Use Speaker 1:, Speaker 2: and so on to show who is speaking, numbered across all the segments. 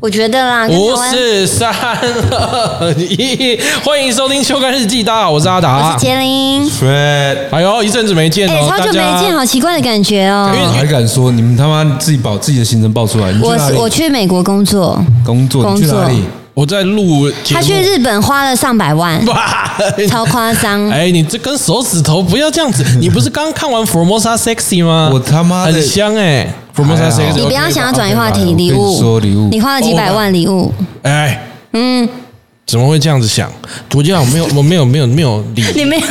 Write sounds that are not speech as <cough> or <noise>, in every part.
Speaker 1: 我觉得啦，跟
Speaker 2: 五
Speaker 1: 台湾
Speaker 2: 四三二一，欢迎收听《秋干日记》，大家好，我是阿
Speaker 1: 我是
Speaker 2: 达。
Speaker 1: 杰林，
Speaker 3: Fred，
Speaker 2: 哎呦，一阵子没见
Speaker 1: 哎、
Speaker 2: 哦，
Speaker 1: 好
Speaker 2: 大
Speaker 1: 久没
Speaker 2: 家
Speaker 1: 见，好奇怪的感觉哦。
Speaker 3: 啊还敢说你们他妈自己把自己的行程报出来？你去
Speaker 1: 我
Speaker 3: 哪
Speaker 1: 是
Speaker 3: 里
Speaker 1: 我去美国工作，
Speaker 3: 工作，
Speaker 1: 工
Speaker 3: 你
Speaker 1: 作
Speaker 3: 去哪里？
Speaker 2: 我在录节
Speaker 1: 他
Speaker 2: 目。
Speaker 1: 去
Speaker 2: <laughs>
Speaker 1: 日本花了上百万，
Speaker 2: 哇！
Speaker 1: 超夸张。
Speaker 2: 哎，你这根手指头不要这样子！你不是刚看完《Formosa Sexy》吗？
Speaker 3: 我他妈的
Speaker 2: 很香哎，《Formosa
Speaker 3: 还好
Speaker 2: Sexy》。
Speaker 1: 你不要想要转移话
Speaker 3: 我
Speaker 1: 题，
Speaker 3: 跟你
Speaker 1: 礼物，
Speaker 3: 说礼物
Speaker 1: 你花了几百万礼物，
Speaker 2: 哎，
Speaker 1: 嗯，
Speaker 2: 怎么会这样子想？我就想没有，我没有，没有，没有理。
Speaker 1: 你没有，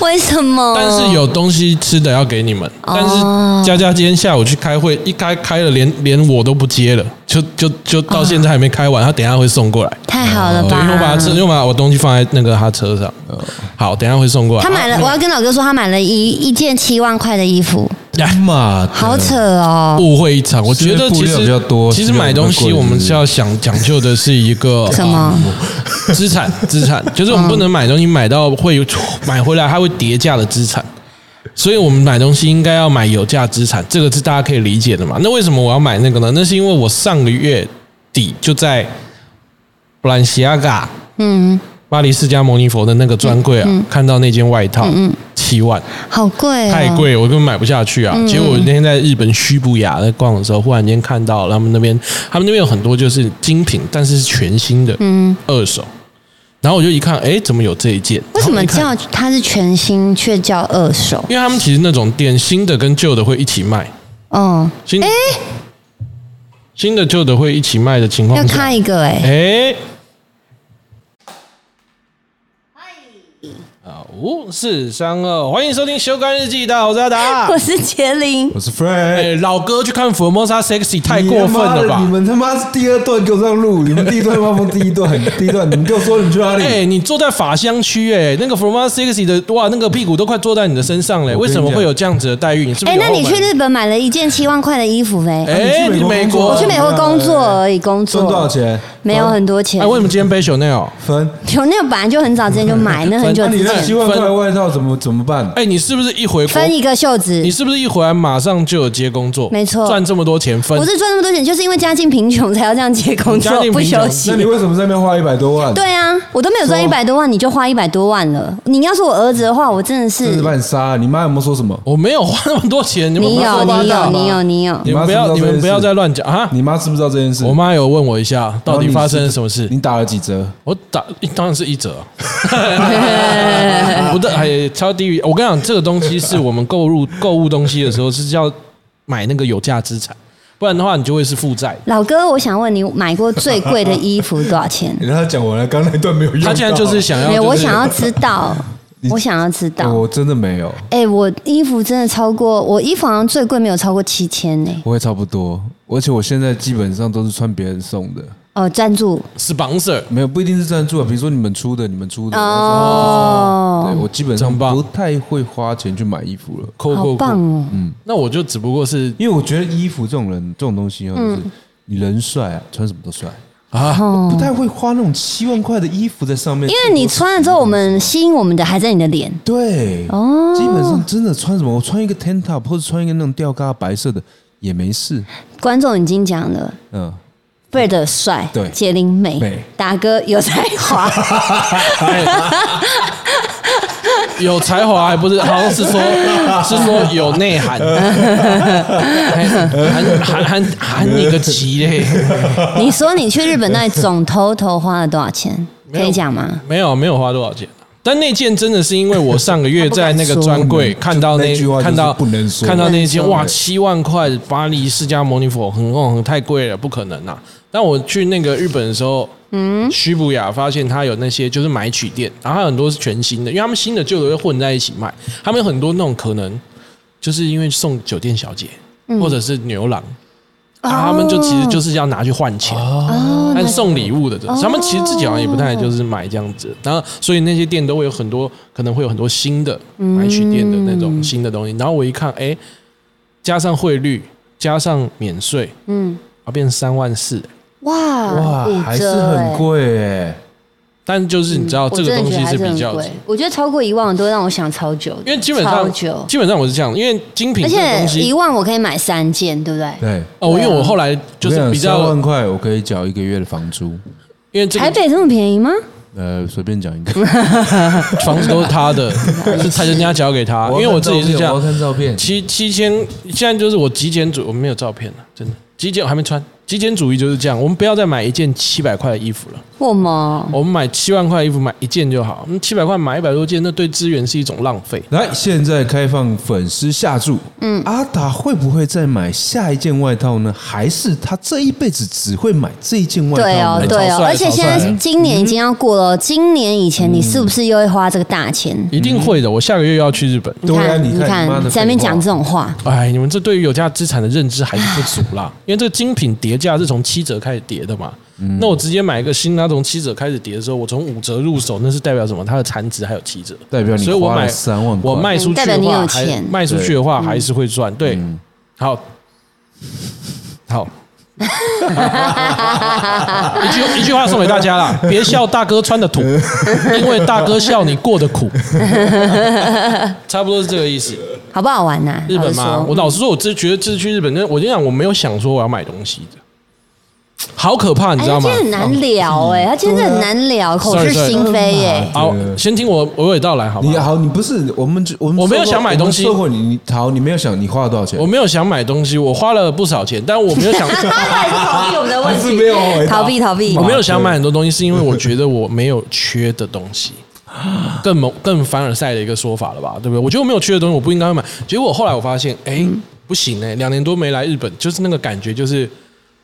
Speaker 1: 为什么？
Speaker 2: 但是有东西吃的要给你们。但
Speaker 1: 哦
Speaker 2: 是佳佳今天下午去开会，一开开了，连连我都不接了，就就就到现在还没开完，他等一下会送过来。
Speaker 1: 太好了
Speaker 2: 对，因为我哦把
Speaker 1: 吧
Speaker 2: 他？车，因为我把我东西放在那个他车上。
Speaker 3: 哦
Speaker 2: 好，等一下会送过来。啊
Speaker 1: 他买了，哦我要跟老哥说，他买了一一件七万块的衣服，
Speaker 3: 哎妈的，
Speaker 1: 好扯哦，
Speaker 2: 误会一场，我觉得其
Speaker 3: 是
Speaker 2: 实
Speaker 3: 布料比较多
Speaker 2: 其实买东西我们是要想讲究的是一个
Speaker 1: 什么？
Speaker 2: 资产，资产就是我们不能买东西买到会买回来它会叠价的资产，所以我们买东西应该要买有价资产，这个是大家可以理解的嘛。那为什么我要买那个呢？那是因为我上个月底就在布兰西亚嘎
Speaker 1: 嗯，
Speaker 2: 巴黎释迦牟尼佛的那个专柜啊，看到那件外套，七万。
Speaker 1: 好贵、哦，
Speaker 2: 太，贵，我根本买不下去啊！
Speaker 1: 嗯
Speaker 2: 结果我那天在日本须布雅在逛的时候，忽然间看到他们那边，他们那边有很多就是精品，但是是全新的，嗯，二手。然后我就一看，哎，怎么有这一件？
Speaker 1: 为什
Speaker 2: 然后
Speaker 1: 么
Speaker 2: 一看
Speaker 1: 叫它是全新却叫二手？
Speaker 2: 因为他们其实那种店，新的跟旧的会一起卖，
Speaker 1: 哦，
Speaker 2: 新新的旧的会一起卖的情
Speaker 1: 要
Speaker 2: 况下，
Speaker 1: 开一个哎、
Speaker 2: 哎，啊，五四三二，欢迎收听《修干日记》，大家好，我是
Speaker 1: <laughs>
Speaker 2: 阿达。
Speaker 1: 我是杰林，
Speaker 3: <laughs> 我是 Fred。
Speaker 2: 哎，老哥去看《Formosa Sexy》太过分了吧
Speaker 3: 你？们他妈是第二段给我这样录，你们第一段放第一段很第一段，你们就说你去哪里？
Speaker 2: 哎、你坐在法香区，哎，那个 From Sexy 的，哇，那个屁股都快坐在你的身上嘞，
Speaker 3: 我
Speaker 2: 为
Speaker 3: 跟你
Speaker 2: 什
Speaker 3: 讲
Speaker 2: 么会有这样子的待遇？你是不
Speaker 1: 哎、
Speaker 2: 是有
Speaker 1: 那
Speaker 2: 后门？
Speaker 1: 你去日本买了一件七万块的衣服呗？
Speaker 2: 哎、
Speaker 3: 你
Speaker 2: 你
Speaker 3: 去
Speaker 2: 美
Speaker 3: 美
Speaker 2: 国，
Speaker 3: 国啊
Speaker 1: 我去美国工作而已，工作
Speaker 3: 赚多少？钱？
Speaker 1: 没有很多钱。
Speaker 2: 哎，为什么今天背 Chanel？
Speaker 3: 分。
Speaker 1: 有那个本来就很早之前就买，那很久
Speaker 3: 那
Speaker 1: 之
Speaker 3: 你那七
Speaker 1: 前
Speaker 3: 万块的外套怎么怎么办？
Speaker 2: 哎，你是不是一回国？
Speaker 1: 分一个袖子
Speaker 2: 你。是不是一回来马上就有接工作？
Speaker 1: 没错
Speaker 2: 赚这么多钱分
Speaker 1: 不。是赚那么多钱，就是因为家境贫穷才要这样接工
Speaker 2: 家
Speaker 1: 作
Speaker 2: 境贫
Speaker 1: 不
Speaker 2: 穷
Speaker 1: 休
Speaker 3: 那你
Speaker 1: 息。
Speaker 3: 为什么在那边花一百多万？，
Speaker 1: 对啊，我都没有赚一百多万，你就花一百多万了。你要是我儿子的话，我真的
Speaker 3: 真
Speaker 1: 是
Speaker 3: 是把你杀了！你妈有没有说什么？
Speaker 2: 我没有花那么多钱，你们
Speaker 1: 你
Speaker 2: 不要
Speaker 1: 有
Speaker 2: 说八
Speaker 1: 你
Speaker 2: 大
Speaker 1: 有
Speaker 2: 吧
Speaker 1: 你有你
Speaker 2: <laughs>
Speaker 1: 有，
Speaker 2: 你们不
Speaker 3: 你妈知
Speaker 2: 要
Speaker 3: 道
Speaker 2: 你
Speaker 3: 这件
Speaker 2: 们
Speaker 3: 事
Speaker 2: 不要再乱讲啊！
Speaker 3: 你妈知不知道这件事？
Speaker 2: 我妈有问我一下，到底发生了什么事？
Speaker 3: 你打了几折？？
Speaker 2: 我打当然是一
Speaker 1: <laughs>
Speaker 2: 折、 <laughs> 啊，不对，还超低于。我跟你讲，这个东西是我们购入购物东西的时候是要买那个有价资产，不然的话你就会是负债。
Speaker 1: 老哥，我想问你，买过最贵的衣服多少钱
Speaker 3: 你让他讲完了，刚刚那段没有用到。
Speaker 2: 他现在就是想要、
Speaker 1: 没
Speaker 2: 就是
Speaker 1: 有，我想要知
Speaker 2: <laughs>
Speaker 1: 道，我想要知道。
Speaker 3: 我真的没有，
Speaker 1: 哎、我衣服真的超过，我衣服好像最贵没有超过七千呢。
Speaker 3: 我也差不多。而且我现在基本上都是穿别人送的，
Speaker 1: 哦，赞助
Speaker 2: sponsor，
Speaker 3: 没有不一定是赞助啊，比如说你们出的，你们出的。对，
Speaker 1: 哦，
Speaker 3: 我基本
Speaker 2: 真
Speaker 3: 上
Speaker 2: 棒
Speaker 3: 不太会花钱去买衣服了，
Speaker 2: 扣
Speaker 1: 好
Speaker 2: 扣
Speaker 1: 棒
Speaker 2: 扣。
Speaker 1: 哦！
Speaker 2: 那我就只不过是
Speaker 3: 因为我觉得衣服这种人这种东西啊，就是你人帅啊，穿什么都帅，
Speaker 2: 啊，
Speaker 3: 不太会花那种七万块的衣服在上
Speaker 1: 哦
Speaker 3: 面。
Speaker 1: 因为你穿了之后，我们吸引我们的还在你的脸。
Speaker 3: 对，
Speaker 1: 哦
Speaker 3: 基本上真的穿什么，我穿一个 tank top 或者穿一个那种吊嘎白色的也没事。
Speaker 1: 观众已经讲了。
Speaker 3: 嗯，
Speaker 1: 贝的帅，
Speaker 3: 对
Speaker 1: 杰林美
Speaker 3: 美，
Speaker 1: 达哥有才华，
Speaker 2: <laughs> 哎有才华还不是，好像是 <laughs> 说是说有内涵，哎含含含含你个鸡嘞！
Speaker 1: 你说你去日本那里总 total 花了多少钱？可
Speaker 2: 有
Speaker 1: 以讲吗？
Speaker 2: <laughs> 没有没有花多少钱，但那件真的是因为我上个月在那个专柜看到
Speaker 3: <laughs> 就那句话就是
Speaker 2: 看到
Speaker 3: 不能说
Speaker 2: 看到那
Speaker 1: 不
Speaker 2: 件
Speaker 1: 能说
Speaker 2: 哇七万块巴黎释迦牟尼佛很很很太贵了，不可能啊！但我去那个日本的时候，嗯，须布雅发现它有那些就是买取店，然后它很多是全新的，因为他们新的旧的会混在一起卖，他们有很多那种可能就是因为送酒店小姐或者是牛郎。啊，他们就其实就是要拿去换钱，
Speaker 1: 哦
Speaker 2: 但送礼物的这种，他们其实自己好像也不太就是买这样子，然后所以那些店都会有很多可能会有很多新的买取店的那种新的东西，然后我一看，哎，加上汇率，加上免税，嗯，啊，变三万四，
Speaker 1: 哇
Speaker 3: 哇，还是很，
Speaker 1: 五折
Speaker 3: 贵哎。
Speaker 2: 但就是你知道
Speaker 1: 我
Speaker 2: 哦这
Speaker 1: 真的
Speaker 2: 个东
Speaker 1: 觉
Speaker 2: 西
Speaker 1: 得还
Speaker 2: 比
Speaker 1: 很
Speaker 2: 较
Speaker 1: 贵，我觉得超过一万都会让我想超久的，
Speaker 2: 因为基本
Speaker 1: 超
Speaker 2: 上
Speaker 1: 久，
Speaker 2: 基本上我是这样，因为精品
Speaker 1: 而
Speaker 2: 这个
Speaker 1: 且
Speaker 2: 东西
Speaker 1: 一万我可以买三件，对不对？啊
Speaker 3: 对，
Speaker 2: 哦，因为我后来就
Speaker 3: 我跟
Speaker 2: 是
Speaker 3: 你
Speaker 2: 比
Speaker 3: 讲三
Speaker 2: 较
Speaker 3: 万，块，我可以缴一个月的房租。
Speaker 2: 因为这
Speaker 1: 台
Speaker 2: 个
Speaker 1: 北这么便宜吗？
Speaker 3: 呃，随便讲一 <laughs> 个，
Speaker 2: 房子都是他
Speaker 1: <laughs>
Speaker 2: 的，是财神家交给他，因为我自己是这
Speaker 3: 我要
Speaker 2: 样，
Speaker 3: 看照片，
Speaker 2: 七七千，现在就是我极简主，我没有照片了，真的极简我还没穿，极简主义就是这样，我们不要再买一件七百块的衣服了。
Speaker 1: 我吗？
Speaker 2: 我们买七万块衣服买一件就好，七百块买一百多件，那对资源是一种浪费。
Speaker 3: 来，现在开放粉丝下注。嗯，阿达会不会再买下一件外套呢？还是他这一辈子只会买这一件外套
Speaker 1: 对哦
Speaker 3: 呢？，
Speaker 1: 对
Speaker 2: 超
Speaker 1: 哦，
Speaker 2: 帅
Speaker 1: 而且
Speaker 2: 超
Speaker 1: 现在
Speaker 2: 帅
Speaker 1: 今年已经要过了，今年以前你是不是又会花这个大钱？
Speaker 2: 一定会的，我下个月又要去日本。
Speaker 3: 对啊，
Speaker 1: 你
Speaker 3: 你看，你妈的
Speaker 1: 在那边
Speaker 3: 废话
Speaker 1: 讲这种话，
Speaker 2: 哎，你们这对于有价资产的认知还是不足
Speaker 3: <laughs>
Speaker 2: 啦，因为这个精品叠价是从七折开始叠的嘛。
Speaker 3: 嗯
Speaker 2: 那我直接买一个新，它从七折开始叠的时候，我从五折入手，那是代表什么？它的残值还有七折，
Speaker 3: 代表你
Speaker 2: 所以我
Speaker 3: 花了
Speaker 2: 买
Speaker 3: 三万块
Speaker 2: 我卖出
Speaker 1: 嗯
Speaker 2: 去
Speaker 1: 代表
Speaker 2: 的
Speaker 1: 你有
Speaker 2: 话，还
Speaker 1: 钱
Speaker 2: 卖出去的话还是会赚。对，
Speaker 3: 嗯
Speaker 2: 好，好。一句一句话送给大家
Speaker 3: <laughs>
Speaker 2: 啦，别笑大哥穿的土，因为大哥笑你过得
Speaker 3: <laughs>
Speaker 2: 苦，差不多是这个意思。
Speaker 1: 好不好玩呐？
Speaker 2: 日本吗？
Speaker 1: 老实说
Speaker 2: 我
Speaker 1: 嗯
Speaker 2: 老实说，我只觉得这次去日本，那我就讲我没有想说我要买东西的，好可怕，你
Speaker 1: 哎，
Speaker 2: 知道
Speaker 1: 他
Speaker 2: 吗
Speaker 1: 今？天很难聊哎，他今天很难聊，口是
Speaker 2: Sorry, sorry
Speaker 1: 心非哎。
Speaker 2: 好，先听我娓娓道来，好
Speaker 3: 你
Speaker 2: 吧？
Speaker 3: 好，你不是我们就我们
Speaker 2: 我没有
Speaker 3: 说过
Speaker 2: 想买东西
Speaker 3: 我们说过你你好，你没有想你花了多少钱？
Speaker 2: 我没有想买东西，我花了不少钱，但我没有想，
Speaker 1: 他也是 <laughs> 逃避我们的
Speaker 3: 还是没有回答
Speaker 1: 逃避逃避
Speaker 2: 我。没有想买很多东西，是因为我觉得我没有缺的东西。更猛、更凡尔赛的一个说法了吧，对不对？我觉得我没有缺的东西，我不应该会买。结果后来我发现，哎、
Speaker 1: 嗯
Speaker 2: 不行哎、两年多没来日本，就是那个感觉，就是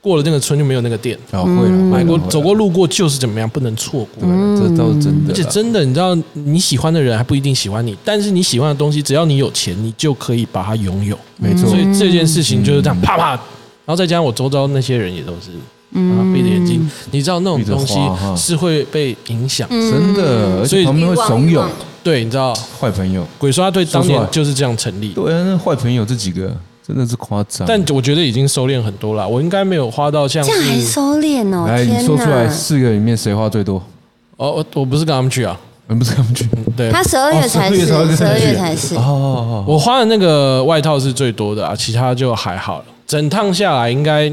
Speaker 2: 过了那个村就没有那个店。
Speaker 3: 哦，会
Speaker 1: 嗯
Speaker 3: 了，
Speaker 2: 买
Speaker 3: 买
Speaker 2: 过、走，过、嗯路过就是怎么样，不能错过。
Speaker 3: 这倒是真的啦。
Speaker 2: 而且真的，你知道你喜欢的人还不一定喜欢你，但是你喜欢的东西，只要你有钱，你就可以把它拥有。
Speaker 3: 没错嗯
Speaker 2: 所，以这件事情就是这样，啪啪。然后再加上我周遭那些人也都是，嗯，闭着眼睛，你知道那种东
Speaker 3: 闭
Speaker 2: 西
Speaker 3: 着花哈嗯
Speaker 2: 是会被影响。
Speaker 3: 真的，而
Speaker 2: 所以
Speaker 3: 且旁边会怂
Speaker 1: 欲
Speaker 3: 恿
Speaker 1: 望欲
Speaker 2: 对，你知道
Speaker 3: 坏朋友。
Speaker 2: 鬼刷队当
Speaker 3: 说出
Speaker 2: 年
Speaker 3: 来
Speaker 2: 就是这样成立，
Speaker 3: 对啊，那坏朋友这几个真的是夸张。
Speaker 2: 但我觉得已经收敛很多了。我应该没有花到像
Speaker 1: 这样还
Speaker 2: 是
Speaker 1: 收敛哦，
Speaker 3: 来，哎你
Speaker 1: 天
Speaker 3: 说出来
Speaker 1: 哪！
Speaker 3: 四个里面谁花最多？
Speaker 2: 哦，我我不是跟他们去啊，
Speaker 3: 嗯，不是他们去。
Speaker 2: 对，
Speaker 1: 他十二月才是，十
Speaker 3: 哦12
Speaker 1: 二
Speaker 3: 月才是
Speaker 1: 月才是
Speaker 3: 哦，哦哦，
Speaker 2: 我花的那个外套是最多的啊，其他就还好了。整趟下来应该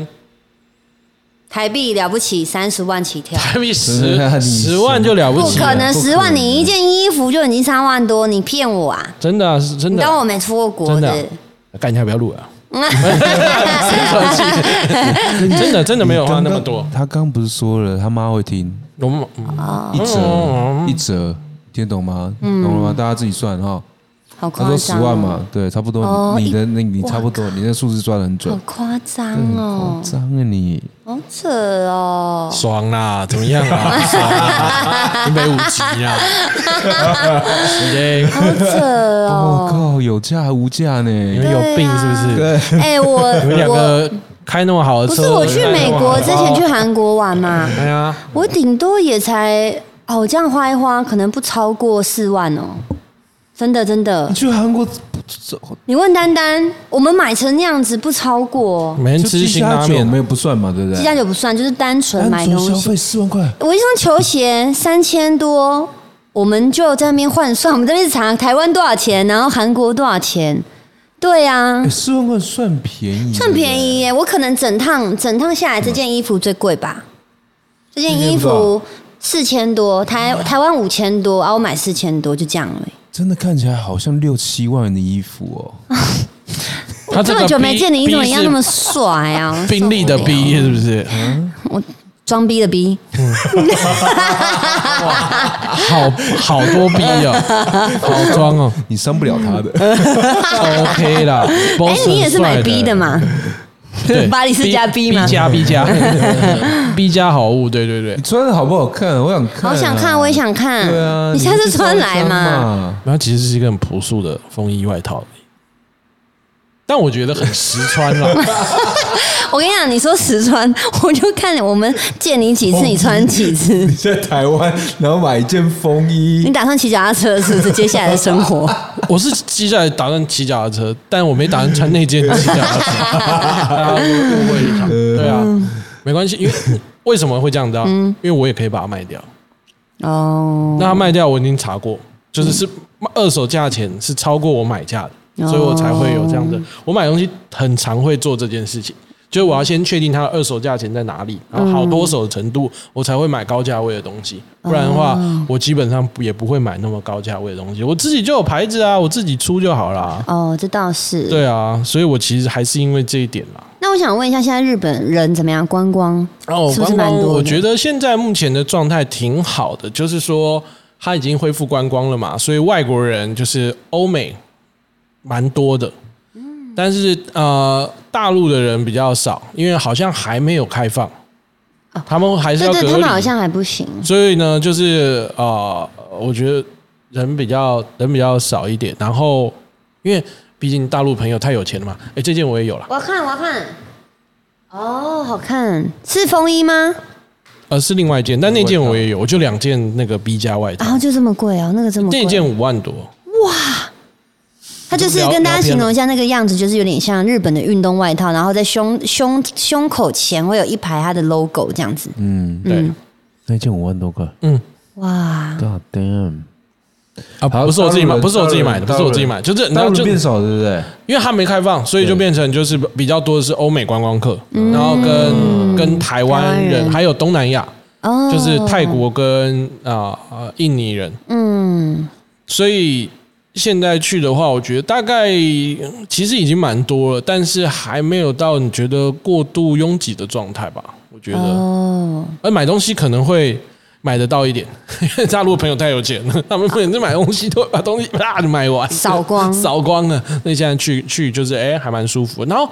Speaker 1: 台币了不起三十万起
Speaker 2: <laughs>
Speaker 1: 跳。
Speaker 2: 台币十
Speaker 3: 真的啊你
Speaker 2: 十万就了不
Speaker 1: 不
Speaker 2: 起啊
Speaker 1: 可
Speaker 2: 了，
Speaker 1: 能，
Speaker 3: 不可
Speaker 1: 十万
Speaker 3: 能
Speaker 1: 你一件衣服就已经三万多，你骗我啊！
Speaker 2: 真的啊是真
Speaker 1: 你
Speaker 2: 的
Speaker 1: 当
Speaker 2: 啊，
Speaker 1: 我没出过国
Speaker 2: 真的
Speaker 1: 的？
Speaker 2: 啊，干一下不要录了
Speaker 1: <laughs>
Speaker 2: 啊，真的真的真的没有啊花那么多
Speaker 3: 你刚刚。他刚不是说了，他妈会听
Speaker 2: 我们嗯
Speaker 1: 哦
Speaker 3: 一折一折，听得懂吗？懂了吗？大家自己算哈。
Speaker 1: 好
Speaker 3: 他
Speaker 1: 嗯夸
Speaker 3: 说
Speaker 1: 张！啊
Speaker 3: 十万，嘛，对，差不
Speaker 1: 哦
Speaker 3: 多。你你的那你差不多，你那数字抓的很
Speaker 1: 好
Speaker 3: 准。
Speaker 1: 夸张
Speaker 3: 夸
Speaker 1: 哦，
Speaker 2: 嗯
Speaker 3: 张啊你！
Speaker 1: 好扯
Speaker 2: <laughs>
Speaker 1: 哦！
Speaker 2: 爽啦，怎么样啊？爽啦，一百五级
Speaker 1: <laughs>
Speaker 2: 啊，
Speaker 1: 哦
Speaker 2: 是
Speaker 1: 啊
Speaker 2: 的，
Speaker 3: 我哦靠，有价无价
Speaker 2: 你们
Speaker 3: 呢。
Speaker 2: 有病是不是？
Speaker 1: 哎，我
Speaker 2: 你们两
Speaker 1: 我
Speaker 2: 个开那么好的
Speaker 1: 不
Speaker 2: 车，
Speaker 1: 是我去美国之前去，韩国玩
Speaker 2: <laughs>
Speaker 1: 嘛，
Speaker 2: 哎呀，
Speaker 1: 我顶多也才哦，我这样花一花，可能不超过四万哦。真的真的
Speaker 3: 你，去韩国
Speaker 1: 你问丹丹，我们买成那样子不超过哦，
Speaker 2: 每天吃
Speaker 3: 鸡
Speaker 2: 辛
Speaker 3: 加
Speaker 2: 拉
Speaker 3: 酒
Speaker 2: 面，
Speaker 3: 没有不算嘛，对不
Speaker 1: 这
Speaker 3: 对？
Speaker 1: 家就不算，就是单纯买
Speaker 3: 单
Speaker 1: 东
Speaker 3: 纯消
Speaker 1: 西。
Speaker 3: 费四万块，
Speaker 1: 我一双球鞋三千多，我们就在那边换算，我们这边查台湾多少钱，然后韩国多少钱。对啊
Speaker 3: 哎，四万块算便宜，
Speaker 1: 算便。宜耶！我可能整趟整趟下来，这件衣服最贵吧？这件衣服啊四千多，台台湾五千多，啊，我买四千多，就这样了。
Speaker 3: 真的看起来好像六七万的衣服
Speaker 1: <laughs>
Speaker 3: 哦，
Speaker 2: 他
Speaker 1: 这
Speaker 2: 这
Speaker 1: 么
Speaker 2: 个
Speaker 1: 久没
Speaker 2: B-
Speaker 1: 见你，你
Speaker 2: B
Speaker 1: 怎么一样
Speaker 2: 是
Speaker 1: 那么帅啊？
Speaker 2: 宾利的
Speaker 1: 受不了
Speaker 2: B 是不是？
Speaker 1: 我装逼的逼，
Speaker 2: 好好多逼哦，
Speaker 1: <laughs>
Speaker 2: 好装哦
Speaker 3: 你伤不了他的。
Speaker 2: ，OK 啦。
Speaker 1: <laughs> 哎
Speaker 2: Boss，
Speaker 1: 你也是买
Speaker 2: 很帅
Speaker 1: B 的？嘛？<laughs>
Speaker 2: 对，
Speaker 1: 巴黎世家 B 嘛
Speaker 2: B 加
Speaker 1: <laughs>
Speaker 2: B 加 B 加好物，对对对
Speaker 3: 你。穿的好不好看？我想看、啊
Speaker 1: 好想看，我也。想看。
Speaker 3: 对啊，
Speaker 1: 你下次穿来嘛？
Speaker 3: 嘛？
Speaker 2: 然后其实是一个很朴素的风衣外套而已，但我觉得很实穿了。
Speaker 1: 我跟你讲，你说实穿，我就看我们见你几次，你穿几
Speaker 2: <laughs>
Speaker 1: 次。
Speaker 3: 你在台湾，然后买一件风衣
Speaker 1: 你，打算骑脚踏车是不是？接下来的生
Speaker 2: <laughs>
Speaker 1: 活，
Speaker 2: <laughs> 我是接下来打算骑脚踏车，但我没打算穿那件骑脚踏车。大家误会
Speaker 1: 嗯
Speaker 2: 一场，对啊，没关系，因为为什么会这样子啊？因为我也可以把它卖掉。
Speaker 1: 哦，
Speaker 2: 那它卖掉我已经查过，就是是二手价钱是超过我买价的，所以我才会有这样的。我买东西很常会做这件事情，就是我要先确定它的二手价钱在哪里，然后好多手的程度，我才会买高价位的东西。不然的话，我基本上也不会买那么高价位的东西。我自己就有牌子啊，我自己出就好啦。
Speaker 1: 哦，这倒是。
Speaker 2: 对啊，所以我其实还是因为这一点啦。
Speaker 1: 那我想问一下，现在日本人怎么样？观光
Speaker 2: 哦，
Speaker 1: 是不
Speaker 2: 观
Speaker 1: 是蛮
Speaker 2: 光，
Speaker 1: 多的？
Speaker 2: 我觉得现在目前的状态挺好的，就是说它已经恢复观光了嘛，所以外国人就是欧美蛮多的，但是呃，大陆的人比较少，因为好像还没有开放，他们还是
Speaker 1: 哦对
Speaker 2: 要
Speaker 1: 对，他
Speaker 2: 隔
Speaker 1: 们好
Speaker 2: 离，
Speaker 1: 像还不行。
Speaker 2: 所以呢，就是呃，我觉得人比较人比较少一点，然后因为毕竟大陆朋友太有钱了嘛，哎，这件我也有了，
Speaker 1: 我要看，我要看。哦，好看，是风衣吗？
Speaker 2: 呃，是另外一件，但那件我也有，我就两件那个 B 加外套
Speaker 1: 然。后就这么贵哦，那个这么贵
Speaker 2: 那。件五万多，
Speaker 1: 它就是
Speaker 2: 聊
Speaker 1: 跟大家
Speaker 2: 聊天
Speaker 1: 形容
Speaker 2: 了
Speaker 1: 一下那个样子，就是有点像日本的运动外套，然后在胸胸胸口前会有一排它的 logo 这样子。
Speaker 3: 嗯，
Speaker 2: 对，
Speaker 3: 那件五万多块
Speaker 1: 哇，
Speaker 3: ，God damn！
Speaker 2: 啊，
Speaker 3: 好
Speaker 2: 不是我自己买，
Speaker 3: 大陆人
Speaker 2: 不是我自己买的，不
Speaker 3: 大
Speaker 2: 是
Speaker 3: 陆人
Speaker 2: 我自己买的，就是然
Speaker 3: 大
Speaker 2: 后
Speaker 3: 陆
Speaker 2: 就
Speaker 3: 变少，对不对？
Speaker 2: 因为它没开放，所以就
Speaker 3: 对
Speaker 2: 变成就是比较多的是欧美观光客，然后跟跟台湾
Speaker 1: 嗯台湾
Speaker 2: 人，
Speaker 1: 人
Speaker 2: 还有东南亚，
Speaker 1: 哦，
Speaker 2: 就是泰。国跟啊呃印尼人，
Speaker 1: 嗯，
Speaker 2: 所以现在去的话，我觉得大概嗯其实已经蛮多了，但是还没有到你觉得过度拥挤的状态吧？我觉得，
Speaker 1: 哦，
Speaker 2: 而呃买东西可能会。买得到一点，因为大陆朋友太有钱了，他们每次买东西都会把东西啪就买完，
Speaker 1: 扫光
Speaker 2: 扫光了。那现在去去就是哎、还蛮舒服。然后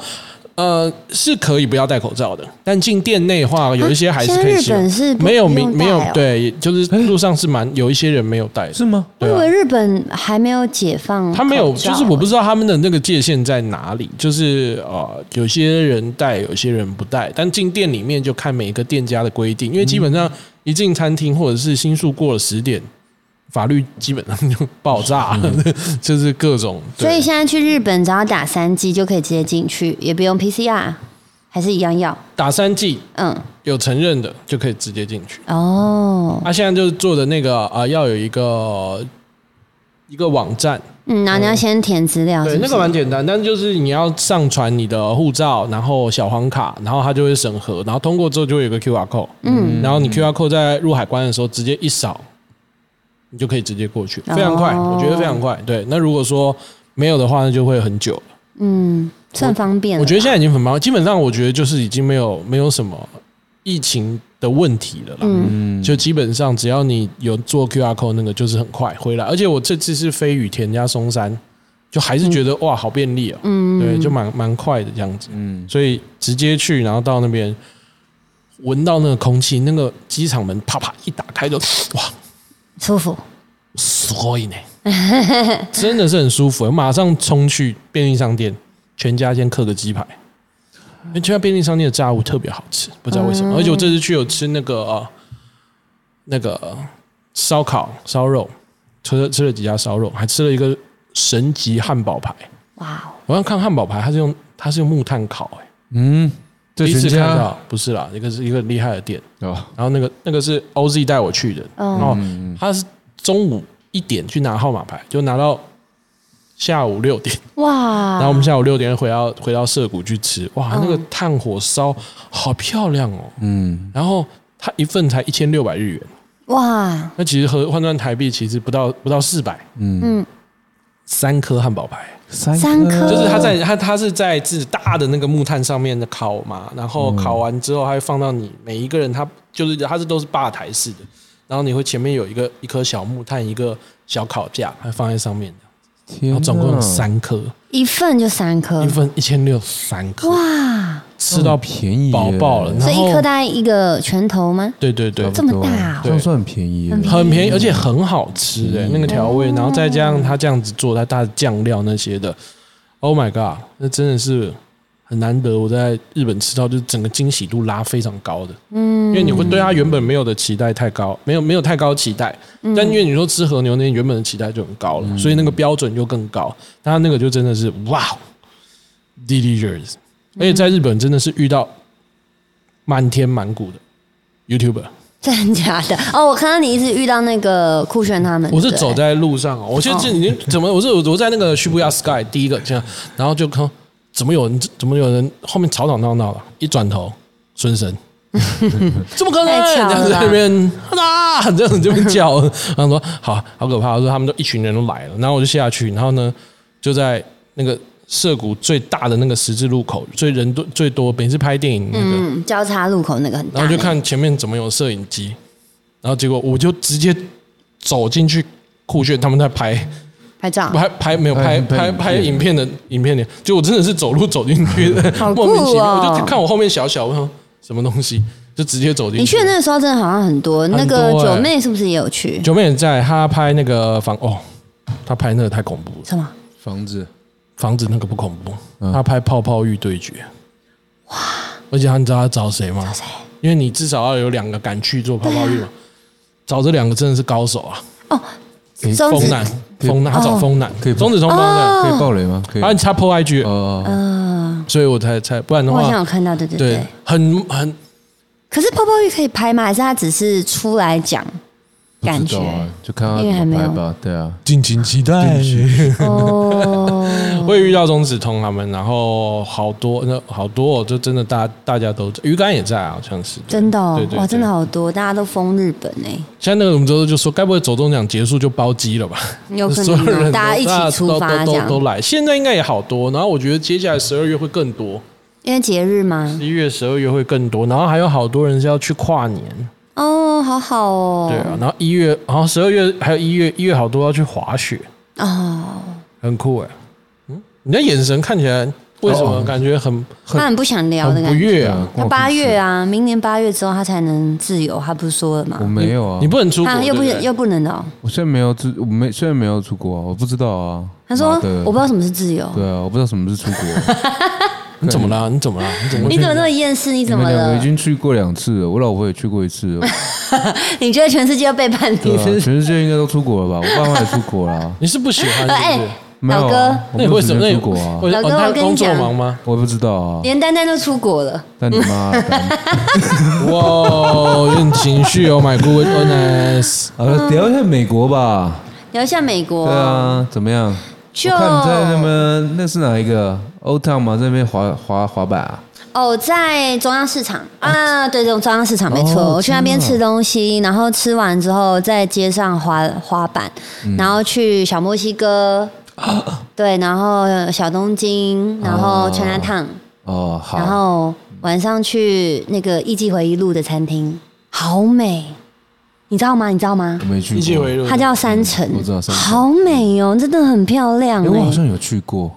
Speaker 2: 呃是可以不要戴口罩的，但进店内的话，有一些还是可以
Speaker 1: 啊现在日
Speaker 2: 使用。
Speaker 1: 本是不
Speaker 2: 没有
Speaker 1: 不
Speaker 2: 明
Speaker 1: 用
Speaker 2: 没有
Speaker 1: 戴哦
Speaker 2: 对，就是路上是蛮有一些人没有戴的，
Speaker 3: 是吗？
Speaker 1: 我
Speaker 2: 对
Speaker 1: 以
Speaker 2: 啊
Speaker 1: 为日本还没有解放口罩，
Speaker 2: 他没有，就是我不知道他们的那个界限在哪里，就是呃，有些人戴，有些人不戴，但进店里面就看每一个店家的规定，因为基本
Speaker 1: 嗯
Speaker 2: 上一进餐厅或者是新宿过了十点，法律基本上就爆炸， <laughs> 就是各种。
Speaker 1: 嗯
Speaker 2: 对
Speaker 1: 所以现在去日本只要打三剂就可以直接进去，也不用 PCR，还是一样要。
Speaker 2: 打三剂
Speaker 1: 嗯，
Speaker 2: 有承认的就可以直接进去。啊
Speaker 1: 哦，
Speaker 2: 他现在就是做的那个啊、呃要有一个一个网站，
Speaker 1: 嗯，然后你要先填资料，
Speaker 2: 对，
Speaker 1: 是不
Speaker 2: 那
Speaker 1: 是
Speaker 2: 个蛮简单，但就是你要上传你的护照，然后小黄卡，然后它就会审核，然后通过之后就会有一个 QR code，嗯，然后你 QR code 在入海关的时候直接一扫，你就可以直接过去，非常快，
Speaker 1: 哦
Speaker 2: 我觉得非常快。对，那如果说没有的话，那就会很久了。
Speaker 1: 嗯，算方便了
Speaker 2: 我觉得现在已经很忙，基本上我觉得就是已经没有没有什么疫情的问题了啦。
Speaker 3: 嗯，
Speaker 2: 就基本上只要你有做 QR code 那个，就是很快回来。而且我这次是飞羽田加松山，就还是觉得、哇，好便利啊、
Speaker 1: 嗯
Speaker 2: 对，就蛮蛮快的这样子。
Speaker 3: 嗯，
Speaker 2: 所以直接去，然后到那边闻到那个空气，那个机场门啪啪一打开就哇，
Speaker 1: 舒服。
Speaker 2: 所以呢， <laughs> 真的是很舒服。马上冲去便利商店，全家先刻个鸡排。因为全家便利商店的炸物特别好吃，不知道为
Speaker 3: 嗯
Speaker 2: 什么。而且我这次去有吃那个、呃、那个呃烧烤烧肉，吃了吃了几家烧肉，还吃了一个神级汉堡排。
Speaker 1: 哇哦，
Speaker 2: 我要看汉堡排，它是用它是用木炭烤、欸，
Speaker 3: 嗯，这
Speaker 2: 第一次
Speaker 3: 全
Speaker 2: 看
Speaker 3: 家
Speaker 2: 到，不是啦，一个是一个厉害的店，
Speaker 3: 哦，
Speaker 2: 然后那个那个是 OZ 带我去的，然
Speaker 1: 哦，
Speaker 2: 后他是中午一点去拿号码牌，就拿到下午六点，
Speaker 1: 哇，
Speaker 2: 然后我们下午六点回到回到涩谷去吃，哇，那个炭火烧好漂亮哦，
Speaker 3: 嗯，
Speaker 2: 然后它一份才一千六百日元，
Speaker 1: 哇，
Speaker 2: 那其实和换算台币其实不到不到四百，
Speaker 1: 嗯，
Speaker 2: 三颗汉堡排。
Speaker 3: 三
Speaker 1: 三颗
Speaker 2: 就是他
Speaker 1: 它
Speaker 2: 在他他是在自己大的那个木炭上面的烤嘛，然后烤完之后，他会放到你每一个人，他就是他是都是吧台式的，然后你会前面有一个一颗小木炭，一个小烤架，还放在上面
Speaker 1: 嗯
Speaker 2: 的，然
Speaker 3: 天哪，
Speaker 2: 哦后总共有三颗，
Speaker 1: 一份就三颗
Speaker 2: 一，份一千六三颗，
Speaker 1: 哇，
Speaker 2: 吃到
Speaker 3: 很便宜耶
Speaker 2: 饱爆了，
Speaker 1: 所
Speaker 2: 然
Speaker 1: 以一颗
Speaker 2: 后
Speaker 1: 大概一个拳头吗？ <laughs>
Speaker 2: 对对对，
Speaker 1: 这么大哦
Speaker 3: 这样算很便宜耶，
Speaker 1: 很便宜
Speaker 2: 很便宜，而且很好吃哎、那个调味，然后再加上他这样子做，他大酱料那些的，Oh my god，那真的是很难得，我在日本吃到就是整个惊喜度拉非常高的，嗯，因为你会对他原本没有的期待太高，没有没有太高期待，但因为你说吃和牛那些原本的期待就很高了，所以那个标准就更高，但他那个就真的是哇，delicious，而且在日本真的是遇到满天满谷的 YouTuber。
Speaker 1: 真的假的？哦，我看到你一直遇到那个酷炫他们，
Speaker 2: 我
Speaker 1: 对
Speaker 2: 是
Speaker 1: 不对
Speaker 2: 走在路上哦，我就是你怎么，我是我在那个旭布亚 Sky 第一个这样，然后就看怎么有人怎么有人后面吵吵闹闹的，一转头孙神， <laughs> 怎么可能？
Speaker 1: 太
Speaker 2: 这
Speaker 1: 巧了
Speaker 2: 样在那边啊，这样子这边叫，然后说好好可怕，我说他们都一群人都来了，然后我就下去，然后呢就在那个涩谷最大的那个十字路口，最人多最多，每次拍电影那个。
Speaker 1: 嗯，交叉路口那个很大，
Speaker 2: 然后就，看前面怎么有摄影机，然后结果我就直接走进去酷炫他们在拍
Speaker 1: 拍照，
Speaker 2: 拍拍没有拍拍
Speaker 3: 拍拍
Speaker 2: 拍
Speaker 3: 影片
Speaker 2: 影片的影片里，就我真的是走路走进去的，
Speaker 1: 好酷
Speaker 2: 莫名其妙，
Speaker 1: 哦
Speaker 2: 我就看我后面小小我想什么东西，就直接走进
Speaker 1: 你去的那个时候真的好像很多，那个
Speaker 2: 很多欸
Speaker 1: 九妹是不是也有去？
Speaker 2: 九妹也在，她拍那个房哦，她拍那个太恐怖了，
Speaker 1: 什么？
Speaker 3: 房子
Speaker 2: 房子那个不恐怖，她拍泡泡浴对决，哇！而且她你知道她找谁吗？
Speaker 1: 谁？
Speaker 2: 因为你至少要有两个敢去做泡泡浴嘛，找这两个真的是高手啊。
Speaker 1: 哦，
Speaker 3: 可以
Speaker 1: 松
Speaker 2: 风
Speaker 1: 子
Speaker 2: 南，风南，他
Speaker 1: 哦
Speaker 2: 找风南，
Speaker 3: 可以
Speaker 2: 中子通风南，
Speaker 3: 可以爆雷吗？可以
Speaker 2: 而且他破 IG，了
Speaker 3: 哦，
Speaker 2: 所以我才才，不然的
Speaker 1: 我好像有
Speaker 2: 话，
Speaker 1: 看到，对对
Speaker 2: 对
Speaker 1: 对。，
Speaker 2: 很很
Speaker 1: 可是泡泡浴可以拍吗？还是他只是出来讲感
Speaker 3: 不
Speaker 1: 觉
Speaker 3: 知道？啊，就看他
Speaker 1: 因为还
Speaker 3: 怎
Speaker 1: 没
Speaker 3: 么
Speaker 1: 有
Speaker 3: 拍吧。对啊，
Speaker 2: 敬请期待。啊
Speaker 1: 哦，
Speaker 2: <laughs> 会遇到中子通他们，然后好多那好多哦，就真的大大家都在鱼竿也在啊，好像是。
Speaker 1: 真的哦
Speaker 2: 对对，对
Speaker 1: 哇，真的好多，大家都疯日本哎，
Speaker 2: 现在那个我们就就说，该不会走中奖结束就包机了吧？
Speaker 1: 有可
Speaker 2: <laughs> 所有人
Speaker 1: 能
Speaker 2: 都
Speaker 1: 哦大家一起出
Speaker 2: 大
Speaker 1: 发
Speaker 2: 家
Speaker 1: 这
Speaker 2: 都都
Speaker 1: 样
Speaker 2: 都，都来。现在应该也好多，然后我觉得接下来十二月会更多，
Speaker 1: 因为节日嘛。
Speaker 2: 十一月、十二月会更多，然后还有好多人是要去跨年。
Speaker 1: 哦，好好哦。
Speaker 2: 对啊，然后一月，然后十二月还有一月，一月好多要去滑雪，
Speaker 1: 哦，
Speaker 2: 很酷哎、嗯，你的眼神看起来为什么感觉很
Speaker 1: 他很不想聊的
Speaker 2: 很不
Speaker 1: 感觉。
Speaker 2: 悦啊？
Speaker 1: 他八月啊，明年八月之后他才能自由，他不是说了
Speaker 3: 我
Speaker 1: 吗？
Speaker 3: 没有啊，
Speaker 2: 你不能出国，
Speaker 1: 他又不
Speaker 2: 对对
Speaker 1: 又不能的哦。
Speaker 3: 我虽然没有出，我没虽然没有出国啊，我不知道啊。
Speaker 1: 他说
Speaker 3: 妈的
Speaker 1: 我不知道什么是自由。
Speaker 3: 对啊，我不知道什么是出国。
Speaker 2: 你怎么啦？你怎么啦？你怎么
Speaker 1: 你
Speaker 2: 去。
Speaker 1: 怎么那么厌世？你 <laughs>
Speaker 3: 你
Speaker 1: 怎
Speaker 3: 们
Speaker 1: 么
Speaker 3: 两个
Speaker 1: 了
Speaker 3: 已？经去过两次了，我老婆也去过一次了。
Speaker 1: <laughs> 你觉得全世界要背叛
Speaker 3: 对
Speaker 1: 你
Speaker 3: 啊，
Speaker 1: 是不
Speaker 3: 全
Speaker 1: 是？
Speaker 3: 世界应该都出国了吧？我爸妈也出国啦
Speaker 2: 你是不喜欢
Speaker 1: <laughs>
Speaker 2: 是
Speaker 1: 哎
Speaker 2: 不是？
Speaker 3: 没有
Speaker 1: 老
Speaker 3: 啊
Speaker 1: 哥，
Speaker 3: 我
Speaker 2: 那
Speaker 3: 们
Speaker 2: 你
Speaker 3: 有
Speaker 2: 为什么？那你
Speaker 3: 没出国啊？
Speaker 2: 我
Speaker 1: 老哥
Speaker 2: 哦他
Speaker 1: 我跟你
Speaker 2: 工作
Speaker 1: 讲
Speaker 2: 忙吗？
Speaker 3: 我也不知道啊。
Speaker 1: 连丹丹都出国了，
Speaker 3: 但你妈
Speaker 1: <laughs>
Speaker 3: 蛋！
Speaker 2: 哇，有点情绪哦，My good goodness！
Speaker 3: 好了，呃聊一下美国吧。
Speaker 1: 聊一下美国。哦
Speaker 3: 对啊，怎么样？
Speaker 1: 就
Speaker 3: 我看你在那边，那是哪一个？O Town 吗？在那边滑滑滑板啊？
Speaker 1: 哦，在中央市场啊，对，中中央市场没错。
Speaker 3: 哦
Speaker 1: 我去那边
Speaker 3: 真的
Speaker 1: 吃东西，然后吃完之后在街上滑滑板，
Speaker 3: 嗯
Speaker 1: 然后去小墨西
Speaker 3: <laughs>
Speaker 1: 哥，对，然后小东京，然后
Speaker 3: 哦
Speaker 1: China Town，、
Speaker 3: 哦，
Speaker 1: 然
Speaker 3: 好，
Speaker 1: 后晚上去那个艺伎回忆录的餐厅，好美，你知道吗？你知道吗
Speaker 3: 我？没去
Speaker 2: 一起
Speaker 3: 过。
Speaker 2: 回路，
Speaker 1: 它叫三城，
Speaker 3: 我知道三城
Speaker 1: 好美哦，真的很漂亮、
Speaker 3: 哎，
Speaker 1: 欸。
Speaker 3: 我好像有去过，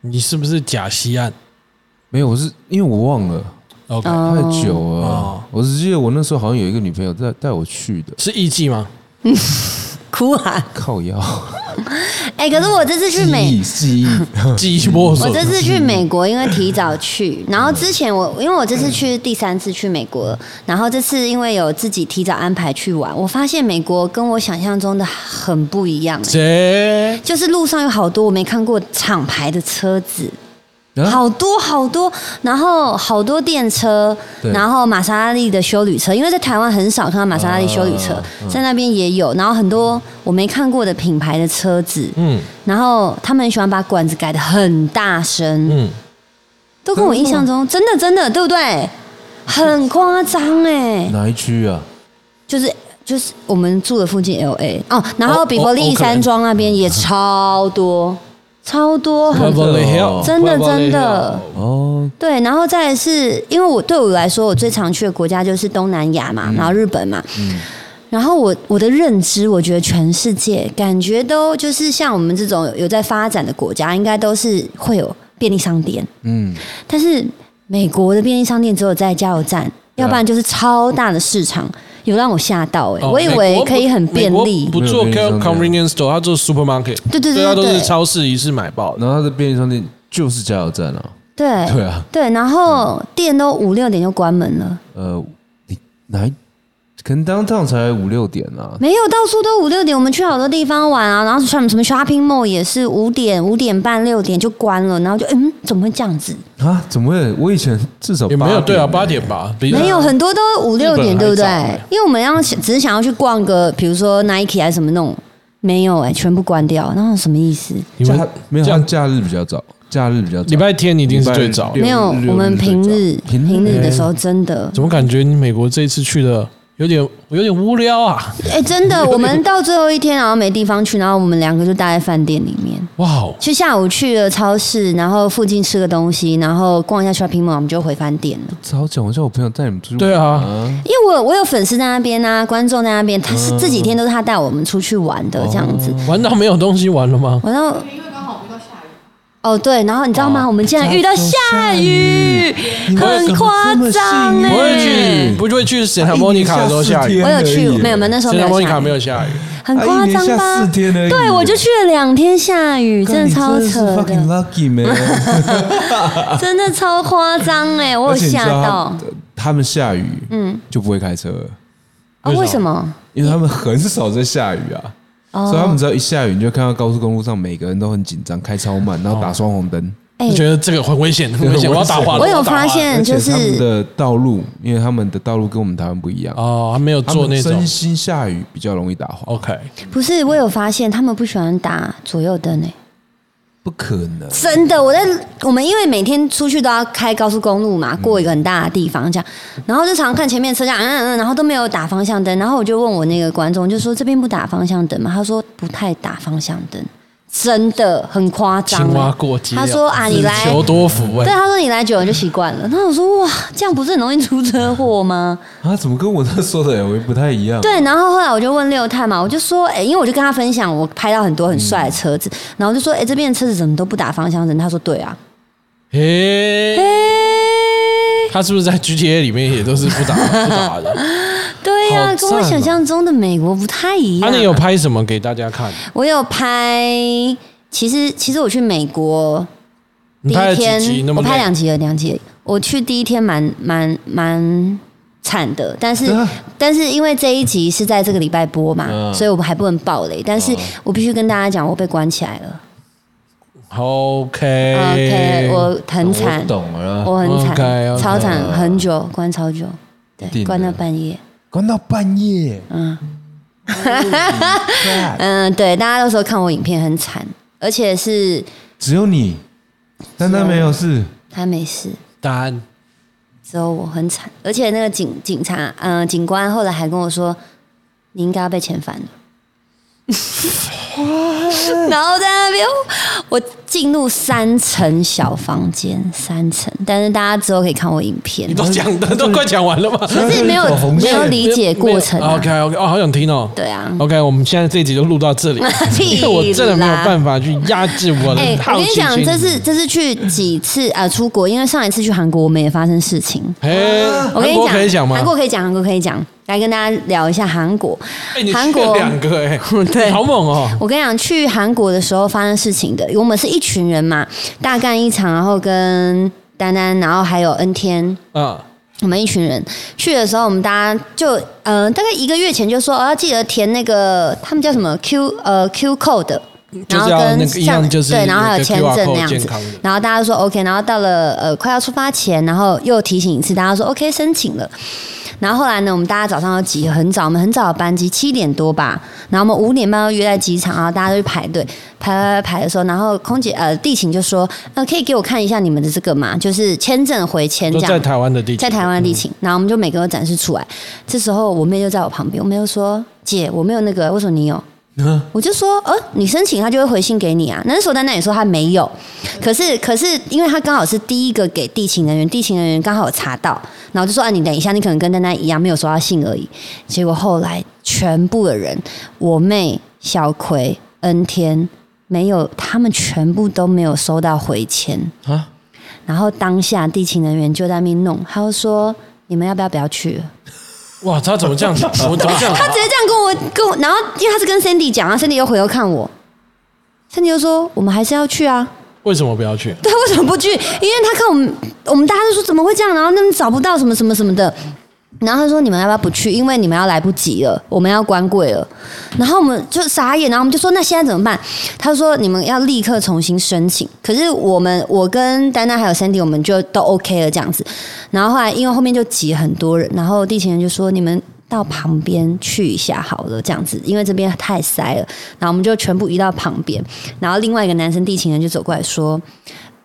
Speaker 2: 你是不是假西岸
Speaker 3: 没有，我是因为我忘了，
Speaker 2: ？OK，
Speaker 1: 哦
Speaker 3: 太久
Speaker 2: 哦
Speaker 3: 了。我只记得我那时候好像有一个女朋友带带我去的，
Speaker 2: 是艺妓
Speaker 3: <laughs>
Speaker 2: 吗？
Speaker 1: 哭啊！
Speaker 3: 靠腰，
Speaker 1: 哎、 <laughs> 可是我这次去美，
Speaker 3: 记忆记
Speaker 1: <laughs>
Speaker 3: 忆，
Speaker 2: 记忆破
Speaker 1: 我
Speaker 2: 损。
Speaker 1: 这次去美国，因为提早去，
Speaker 3: 嗯
Speaker 1: 然后之前我因为我这次去第三次去美国了，然后这次因为有自己提早安排去玩，我发现美国跟我想象中的很不一样、欸
Speaker 2: 谁？
Speaker 1: 就是路上有好多我没看过厂牌的车子，
Speaker 3: 啊
Speaker 1: 好多好多，然后好多电车，
Speaker 3: 对
Speaker 1: 然后玛莎拉蒂的修旅车，因为在台湾很少看到玛莎拉蒂修旅车
Speaker 3: 啊，
Speaker 1: 在那边也有，然后很多我没看过的品牌的车子，
Speaker 2: 嗯
Speaker 1: 然后他们很喜欢把管子改的很大声，
Speaker 2: 嗯，
Speaker 1: 都跟我印象中真的真的对不对？很夸张哎，
Speaker 3: 哪一区啊？
Speaker 1: 就是就是我们住的附近 L A 哦，然后比佛利山庄那边也超多超多很
Speaker 2: Beverly Hill，
Speaker 1: 真的
Speaker 2: Beverly
Speaker 1: 真的
Speaker 2: Hill
Speaker 3: 哦，
Speaker 1: 对，然后再来是因为我对我来说，我最常去的国家就是东南亚嘛，
Speaker 2: 嗯
Speaker 1: 然后日本嘛。然后我我的认知，我觉得全世界感觉都就是像我们这种有在发展的国家，应该都是会有便利商店。
Speaker 3: 嗯，
Speaker 1: 但是美国的便利商店只有在加油站，
Speaker 2: 啊
Speaker 1: 要不然就是超大的市场，有让我吓到哎、
Speaker 2: 哦
Speaker 1: 我以
Speaker 2: 美
Speaker 1: 为
Speaker 2: 国
Speaker 1: 可以很便利
Speaker 2: 美国。不做
Speaker 3: 没有便利商店
Speaker 2: convenience store，他做 supermarket，
Speaker 1: 对对对
Speaker 2: 大家都
Speaker 1: 对
Speaker 2: 是
Speaker 1: 对
Speaker 2: 超市一次买爆的。
Speaker 3: 然后它的便利商店就是加油站啊。
Speaker 1: 对
Speaker 3: 对啊，
Speaker 1: 对，然后店都五六点就关门了。
Speaker 3: 呃，你哪一可能当趟才五六点啊，
Speaker 1: 没有，到处都五六点，我们去好多地方玩啊，然后像什么 shopping mall 也是五点、五点半、六点就关了，然后就嗯，怎么会这样子？
Speaker 3: 啊，怎么会？我以前至少
Speaker 2: 也
Speaker 3: 八
Speaker 2: 没有
Speaker 3: 点
Speaker 2: 对啊，
Speaker 3: 呢
Speaker 2: 八点吧，比
Speaker 1: 没有很多都五六点，
Speaker 2: 日本还
Speaker 1: 对不对
Speaker 2: 早欸？
Speaker 1: 因为我们要只是想要去逛个，比如说 Nike 还是什么那种，没有哎、全部关掉，那什么意思？
Speaker 3: 你
Speaker 2: 们
Speaker 3: 们没有
Speaker 2: 这
Speaker 3: 他
Speaker 2: 样
Speaker 3: 假日比较早，假日比较早。
Speaker 2: 礼拜天你一定是最早
Speaker 3: 礼拜。六
Speaker 1: 没有，
Speaker 3: 日
Speaker 1: 我们平日
Speaker 3: 最早
Speaker 1: 平日的时候真的，
Speaker 2: 怎么感觉你美国这一次去的有点有点无聊啊？
Speaker 1: 哎、真
Speaker 3: <laughs>
Speaker 1: 的，我们到最后一天，然后没地方去，然后我们两个就待在饭店里面。
Speaker 2: 哇哦，
Speaker 1: 就下午去了超市，然后附近吃个东西，然后逛一下 shopping mall，我们就回饭店了。
Speaker 3: 早讲，我叫我朋友带你们出去。
Speaker 2: 对啊，
Speaker 1: 因为我我有粉丝在那边啊，观众在那边，他是这几天都是他带我们出去玩的这样
Speaker 3: 哦
Speaker 1: 子。
Speaker 2: 玩到没有东西玩了吗？
Speaker 1: 然后
Speaker 4: 因为刚好遇到下雨，
Speaker 1: 哦对，然后你知道吗？我们竟然遇到下雨，很夸张
Speaker 3: 你
Speaker 2: 不会
Speaker 1: 哎
Speaker 2: 去，！不会去
Speaker 3: 哎
Speaker 2: 圣塔莫妮卡的时候下雨
Speaker 1: 我，有去，没有没有，那时候
Speaker 2: 圣
Speaker 1: 没
Speaker 2: 塔
Speaker 1: 有
Speaker 2: 莫妮卡
Speaker 1: 下
Speaker 2: 没
Speaker 1: 雨，
Speaker 2: 有下雨，
Speaker 1: 很夸张
Speaker 3: 啊一年
Speaker 1: 吧
Speaker 3: 下四？天而已
Speaker 1: 对，我就去了两天下雨，真的超扯
Speaker 3: 的是 fucking
Speaker 1: 的，
Speaker 3: lucky man。
Speaker 1: 真的超夸张哎！我
Speaker 3: 而
Speaker 1: 有
Speaker 3: 且你知
Speaker 1: 吓
Speaker 3: 道
Speaker 1: 到
Speaker 3: 他，他们下雨，嗯，就不会开车了，
Speaker 1: 啊！为什么？
Speaker 3: 因为他们很少在下雨啊。
Speaker 1: 哦
Speaker 3: 所以他们只要一下雨，你就看到高速公路上每个人都很紧张，开超慢，
Speaker 1: 哦
Speaker 3: 然后打双红灯。
Speaker 1: 哎
Speaker 2: 就觉得这个很危险，很危
Speaker 3: 很危
Speaker 2: 险，
Speaker 3: 险
Speaker 2: 我要打滑了。
Speaker 1: 我有
Speaker 2: 要打滑
Speaker 1: 发
Speaker 2: 了
Speaker 1: 现，就
Speaker 3: 而且他们
Speaker 1: 是
Speaker 3: 的道路，因为他们的道路跟我们台湾不一样，
Speaker 2: 哦，他没有
Speaker 3: 他
Speaker 2: 做
Speaker 3: 们
Speaker 2: 那
Speaker 3: 身
Speaker 2: 种
Speaker 3: 心下雨比较容易打滑。
Speaker 2: OK，
Speaker 1: 不是我有发现，他们不喜欢打左右灯哎诶、
Speaker 3: 不可能，
Speaker 1: 真的，我在我们因为每天出去都要开高速公路嘛，过一个很大的地方这样，然后就常看前面车这样，嗯嗯嗯，然后都没有打方向灯，然后我就问我那个观众，就说这边不打方向灯吗？他说不太打方向灯，真的很夸张、
Speaker 2: 青蛙过街啊。
Speaker 1: 他说啊，你来，
Speaker 2: 自求多福
Speaker 1: 对，
Speaker 2: 哎，
Speaker 1: 他说你来久了就习惯了。然后我说哇，这样不是很容易出车祸吗？
Speaker 3: 啊，怎么跟我那说的有不太一样？
Speaker 1: <laughs> 对，然后后来我就问六探嘛，我就说，哎、因为我就跟他分享我拍到很多很帅的车子，然后我就说，哎、这边的车子怎么都不打方向灯？他说，对啊，
Speaker 2: 诶，
Speaker 1: 哎，
Speaker 2: 他是不是在 GTA 里面也都是不打不打
Speaker 1: <laughs>
Speaker 2: 啊的？
Speaker 1: 对呀、
Speaker 2: 好
Speaker 1: 跟我
Speaker 2: 赞哦
Speaker 1: 想象中的美国不太一
Speaker 2: 他
Speaker 1: 样。
Speaker 2: 那有拍什么给大家看？
Speaker 1: 我有拍，其实其实我去美国第
Speaker 2: 你拍
Speaker 1: 一
Speaker 2: 了几集？
Speaker 1: 天，
Speaker 2: 那
Speaker 1: 我
Speaker 2: 么
Speaker 1: 拍
Speaker 2: 累
Speaker 1: 两集了，两集了。我去第一天蛮蛮蛮惨的，但是、
Speaker 3: 啊
Speaker 1: 但是因为这一集是在这个礼拜播嘛，
Speaker 3: 嗯
Speaker 1: 所以我们还不能爆雷。但
Speaker 2: 嗯
Speaker 1: 是我必须跟大家讲，我被关起来了。
Speaker 2: OK
Speaker 1: OK，我很惨
Speaker 3: 我，懂了啦，
Speaker 1: 我很惨
Speaker 2: OK，OK
Speaker 1: 超惨，很久关超久，
Speaker 3: 一
Speaker 1: 对，
Speaker 3: 定的
Speaker 1: 关到半夜。
Speaker 3: 关到半夜，嗯，
Speaker 1: 嗯，对，大家都说看我影片很惨，而且是
Speaker 3: 只有你，丹丹没有事，
Speaker 1: 他没事，
Speaker 2: 答案
Speaker 1: 只有我很惨。而且那个警警察，嗯、警官后来还跟我说，你应该要被遣返了。然后在那边，我进入三层小房间，三层，但是大家之后可以看我影片
Speaker 2: 你，都讲
Speaker 1: <laughs>
Speaker 2: 的都快讲完了吗？
Speaker 1: 可是没有
Speaker 3: 口红
Speaker 1: 没有
Speaker 3: 线
Speaker 1: 理解过程、啊。
Speaker 2: OK OK，哦，好想听哦。
Speaker 1: 对啊，
Speaker 2: OK，我们现在这一集就录到这里，
Speaker 1: <laughs> 屁
Speaker 2: 因为我真的没有
Speaker 1: 啦
Speaker 2: 办法去压制我
Speaker 1: 哎、我
Speaker 2: 的好
Speaker 1: 跟你
Speaker 2: 奇
Speaker 1: 讲，
Speaker 2: 心。
Speaker 1: 这次这次去几次啊、呃出国，因为上一次去韩国，我们也发生事情。
Speaker 2: 哎，
Speaker 1: 啊我跟
Speaker 2: 韩
Speaker 1: 你
Speaker 2: 国
Speaker 1: 讲，
Speaker 2: 可以讲吗
Speaker 1: 韩？国可以讲，韩国可以讲。来跟大家聊一下韩国
Speaker 2: 哎，你，
Speaker 1: 韩、
Speaker 2: 去
Speaker 1: 国。
Speaker 2: 两个哎，
Speaker 1: <laughs> 对
Speaker 2: 好猛哦！
Speaker 1: 我跟你讲，去韩国的时候发生事情的，我们是一群人嘛，大干一场，然后跟丹丹，然后还有恩天，
Speaker 2: 啊，
Speaker 1: 我们一群人去的时候，我们大家就呃，大概一个月前就说，哦，要记得填那个他们叫什么 Q 呃 Q code，然
Speaker 2: 就是
Speaker 1: 后
Speaker 2: 要
Speaker 1: 跟
Speaker 2: 那个一样
Speaker 1: 像
Speaker 2: 就是
Speaker 1: 对，然后还有
Speaker 2: 有个
Speaker 1: 签证
Speaker 2: QR
Speaker 1: 那
Speaker 2: code
Speaker 1: 样
Speaker 2: 健
Speaker 1: 子
Speaker 2: 康的，
Speaker 1: 然后大家说 OK，然后到了呃快要出发前，然后又提醒一次，大家说 OK 申请了。然后后来呢，我们大家早上要集合很早，我们很早的班机七点多吧，然后我们五点半要约在机场，然后大家都去排队，排排排排的时候，然后空姐呃地勤就说，呃可以给我看一下你们的这个嘛，就是签证回签这
Speaker 2: 就
Speaker 1: 样，
Speaker 2: 在台湾的地，
Speaker 1: 在台湾的地勤，然后我们就每个都展示出来。这时候我妹就在我旁边，我妹就说：“姐，我没有那个，为什么你有？”我就说，呃，你申请他就会回信给你啊。那时候丹丹也说他没有，可是可是因为他刚好是第一个给地勤人员，地勤人员刚好有查到，然后就说啊，你等一下，你可能跟丹丹一样没有收到信而已。结果后来全部的人，我妹、小葵、恩天，没有，他们全部都没有收到回签
Speaker 3: 啊
Speaker 1: 然后当下地勤人员就在那边弄，他就说你们要不要不要去了？
Speaker 2: 哇，他怎么这样？我怎么这样？
Speaker 1: 他直接这样跟我跟我，然后因为他是跟 Cindy 讲啊，Cindy 又回头看我，Cindy 又说我们还是要去啊，
Speaker 2: 为什么不要去？
Speaker 1: 对，为什么不去？因为他看我们，我们大家都说怎么会这样，然后那么找不到什么什么什么的。然后他说你们要不要不去？因为你们要来不及了，我们要关柜了。然后我们就傻眼，然后我们就说那现在怎么办？他说你们要立刻重新申请。可是我们我跟丹丹还有 Sandy 我们就都 OK 了这样子。然后后来因为后面就挤很多人，然后地勤人就说你们。到旁边去一下好了，这样子，因为这边太塞了。然后我们就全部移到旁边，然后另外一个男生地勤人就走过来说：“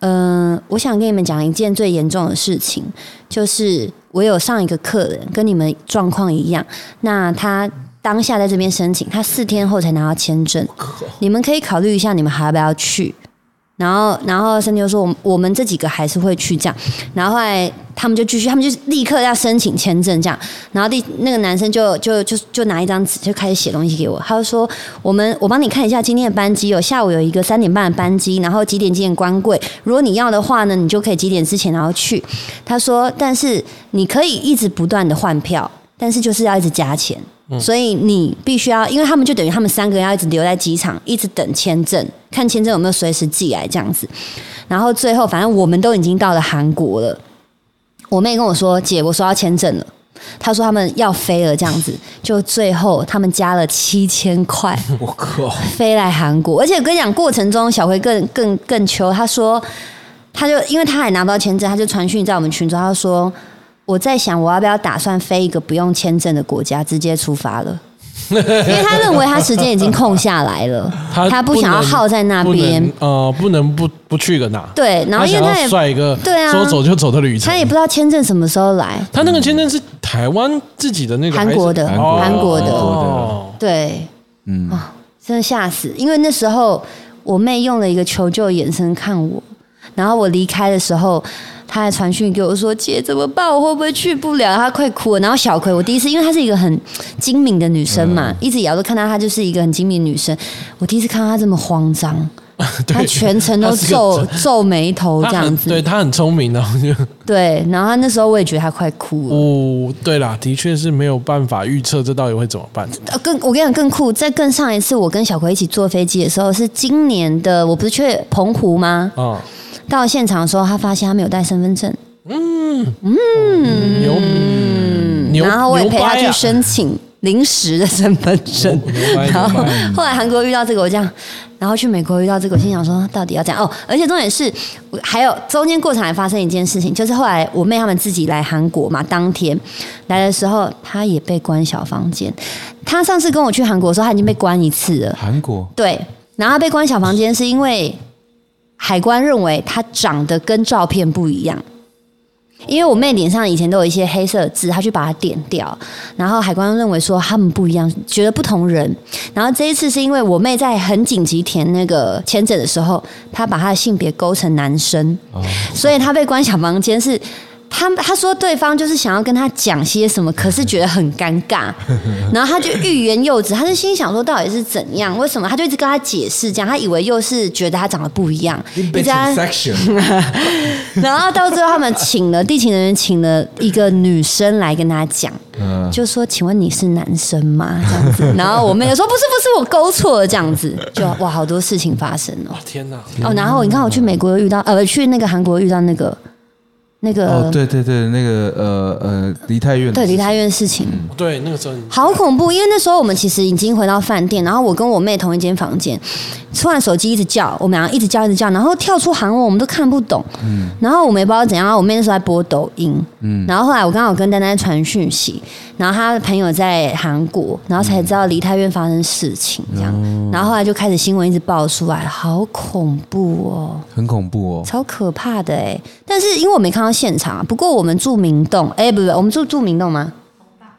Speaker 1: 嗯、我想跟你们讲一件最严重的事情，就是我有上一个客人跟你们状况一样，那他当下在这边申请，他四天后才拿到签证，你们可以考虑一下，你们还要不要去？然后，然后森迪就说：“我们我们这几个还是会去这样。”然后后来他们就继续，他们就立刻要申请签证这样。然后第那个男生就就就就拿一张纸就开始写东西给我，他就说：“我们我帮你看一下今天的班机有下午有一个三点半的班机，然后几点几点关柜。如果你要的话呢，你就可以几点之前然后去。”他说：“但是你可以一直不断的换票，但是就是要一直加钱。”所以你必须要，因为他们就等于他们三个人要一直留在机场，一直等签证，看签证有没有随时寄来这样子。然后最后，反正我们都已经到了韩国了。我妹跟我说：“姐，我收到签证了。”她说他们要飞了，这样子。就最后他们加了七千块，
Speaker 3: <laughs> 我靠，
Speaker 1: 飞来韩国。而且我跟你讲，过程中小辉更更更求，他说，他就因为他还拿不到签证，他就传讯在我们群中，他说我在想我要不要打算飞一个不用签证的国家，直接出发了。 <laughs> 因为他认为他时间已经空下来了，他不想要
Speaker 2: 能
Speaker 1: 耗在那
Speaker 2: 不能
Speaker 1: 边。
Speaker 2: 呃，不能不不去个哪。
Speaker 1: 对，然后因为
Speaker 2: 他
Speaker 1: 他
Speaker 2: 想要
Speaker 1: 也
Speaker 2: 帅一个，
Speaker 1: 对啊
Speaker 2: 说走就走的旅程
Speaker 1: 他。也不知道签证什么时候来，
Speaker 2: 他那个签证是台湾自己的那个还是，
Speaker 1: 韩国的
Speaker 2: 哦
Speaker 1: 韩国的
Speaker 2: 哦
Speaker 1: 对，
Speaker 3: 嗯，
Speaker 1: 真的吓死！因为那时候我妹用了一个求救眼神看我，然后我离开的时候，她还传讯给我说：“姐，怎么办？我会不会去不了？”她快哭了。然后小葵，我第一次，因为她是一个很精明的女生
Speaker 2: 嗯
Speaker 1: 嘛，一直以来我都看到她就是一个很精明的女生，我第一次看到她这么慌张，她全程都
Speaker 2: 她是个
Speaker 1: 皱皱眉头
Speaker 2: 他
Speaker 1: 这样
Speaker 2: 很
Speaker 1: 子。
Speaker 2: 对他很聪明的，啊我觉得。
Speaker 1: 对，然后她那时候我也觉得她快哭了。
Speaker 2: <laughs> 哦，对啦，的确是没有办法预测这到底会怎么办。
Speaker 1: 呃，更我跟你讲更酷，在更上一次我跟小葵一起坐飞机的时候，是今年的，我不是去澎湖吗？
Speaker 2: 啊，
Speaker 1: 到现场的时候，他发现他没有带身份证，
Speaker 2: 牛牛，
Speaker 1: 嗯然后我也陪他去
Speaker 2: 牛掰啊
Speaker 1: 申请临时的身份证。<laughs>
Speaker 2: 牛
Speaker 1: 然
Speaker 2: 掰牛
Speaker 1: 后
Speaker 2: 掰
Speaker 1: 后来韩国遇到这个，我这样，然后去美国遇到这个，我心想说到底要这样哦。而且重点是，我还有中间过程还发生一件事情，就是后来我妹他们自己来韩国嘛，当天来的时候，她也被关小房间。她上次跟我去韩国的时候，她已经被关一次了。
Speaker 3: 韩国
Speaker 1: 对，然后他被关小房间是因为海关认为他长得跟照片不一样。因为我妹脸上以前都有一些黑色的痣，她去把它点掉，然后海关认为说他们不一样，觉得不同人。然后这一次是因为我妹在很紧急填那个签证的时候，她把她的性别勾成男生，所以她被关小房间是。她她说对方就是想要跟她讲些什么，可是觉得很尴尬，然后她就欲言又止，她就心想说到底是怎样，为什么？她就一直跟她解释这样，她以为又是觉得她长得不一样，一直在她
Speaker 3: section，
Speaker 1: <laughs> 然后到最后，他们请了地勤人员，请了一个女生来跟他讲，
Speaker 3: <laughs> 嗯，
Speaker 1: 就说：“请问你是男生吗？” <laughs> 这样子。然后我妹就说：“不是，不是，我勾错了。”这样子，就哇，好多事情发生哦。
Speaker 2: 哇天哪！
Speaker 1: 哦，然后你看我去美国又遇到，呃，去那个韩国又遇到那个那个、
Speaker 3: 哦，对对对，那个呃呃，梨泰院的
Speaker 1: 呃对
Speaker 3: 事
Speaker 1: 梨
Speaker 3: 情，
Speaker 1: 泰院事情。
Speaker 2: 对，那个时候
Speaker 1: 好恐怖！因为那时候我们其实已经回到饭店，然后我跟我妹同一间房间，突然手机一直叫，我们俩一直叫一直叫，然后跳出韩文我们都看不懂，然后我们也不知道怎样，我妹那时候在播抖音，然后后来我刚好跟丹丹传讯息，然后她的朋友在韩国，然后才知道梨泰院发生事情这样，然后后来就开始新闻一直爆出来，好恐怖哦。
Speaker 3: 很恐怖哦，
Speaker 1: 超可怕的哎、但是因为我没看到现场啊，不过我们住明洞，哎、不不，我们住住明洞吗？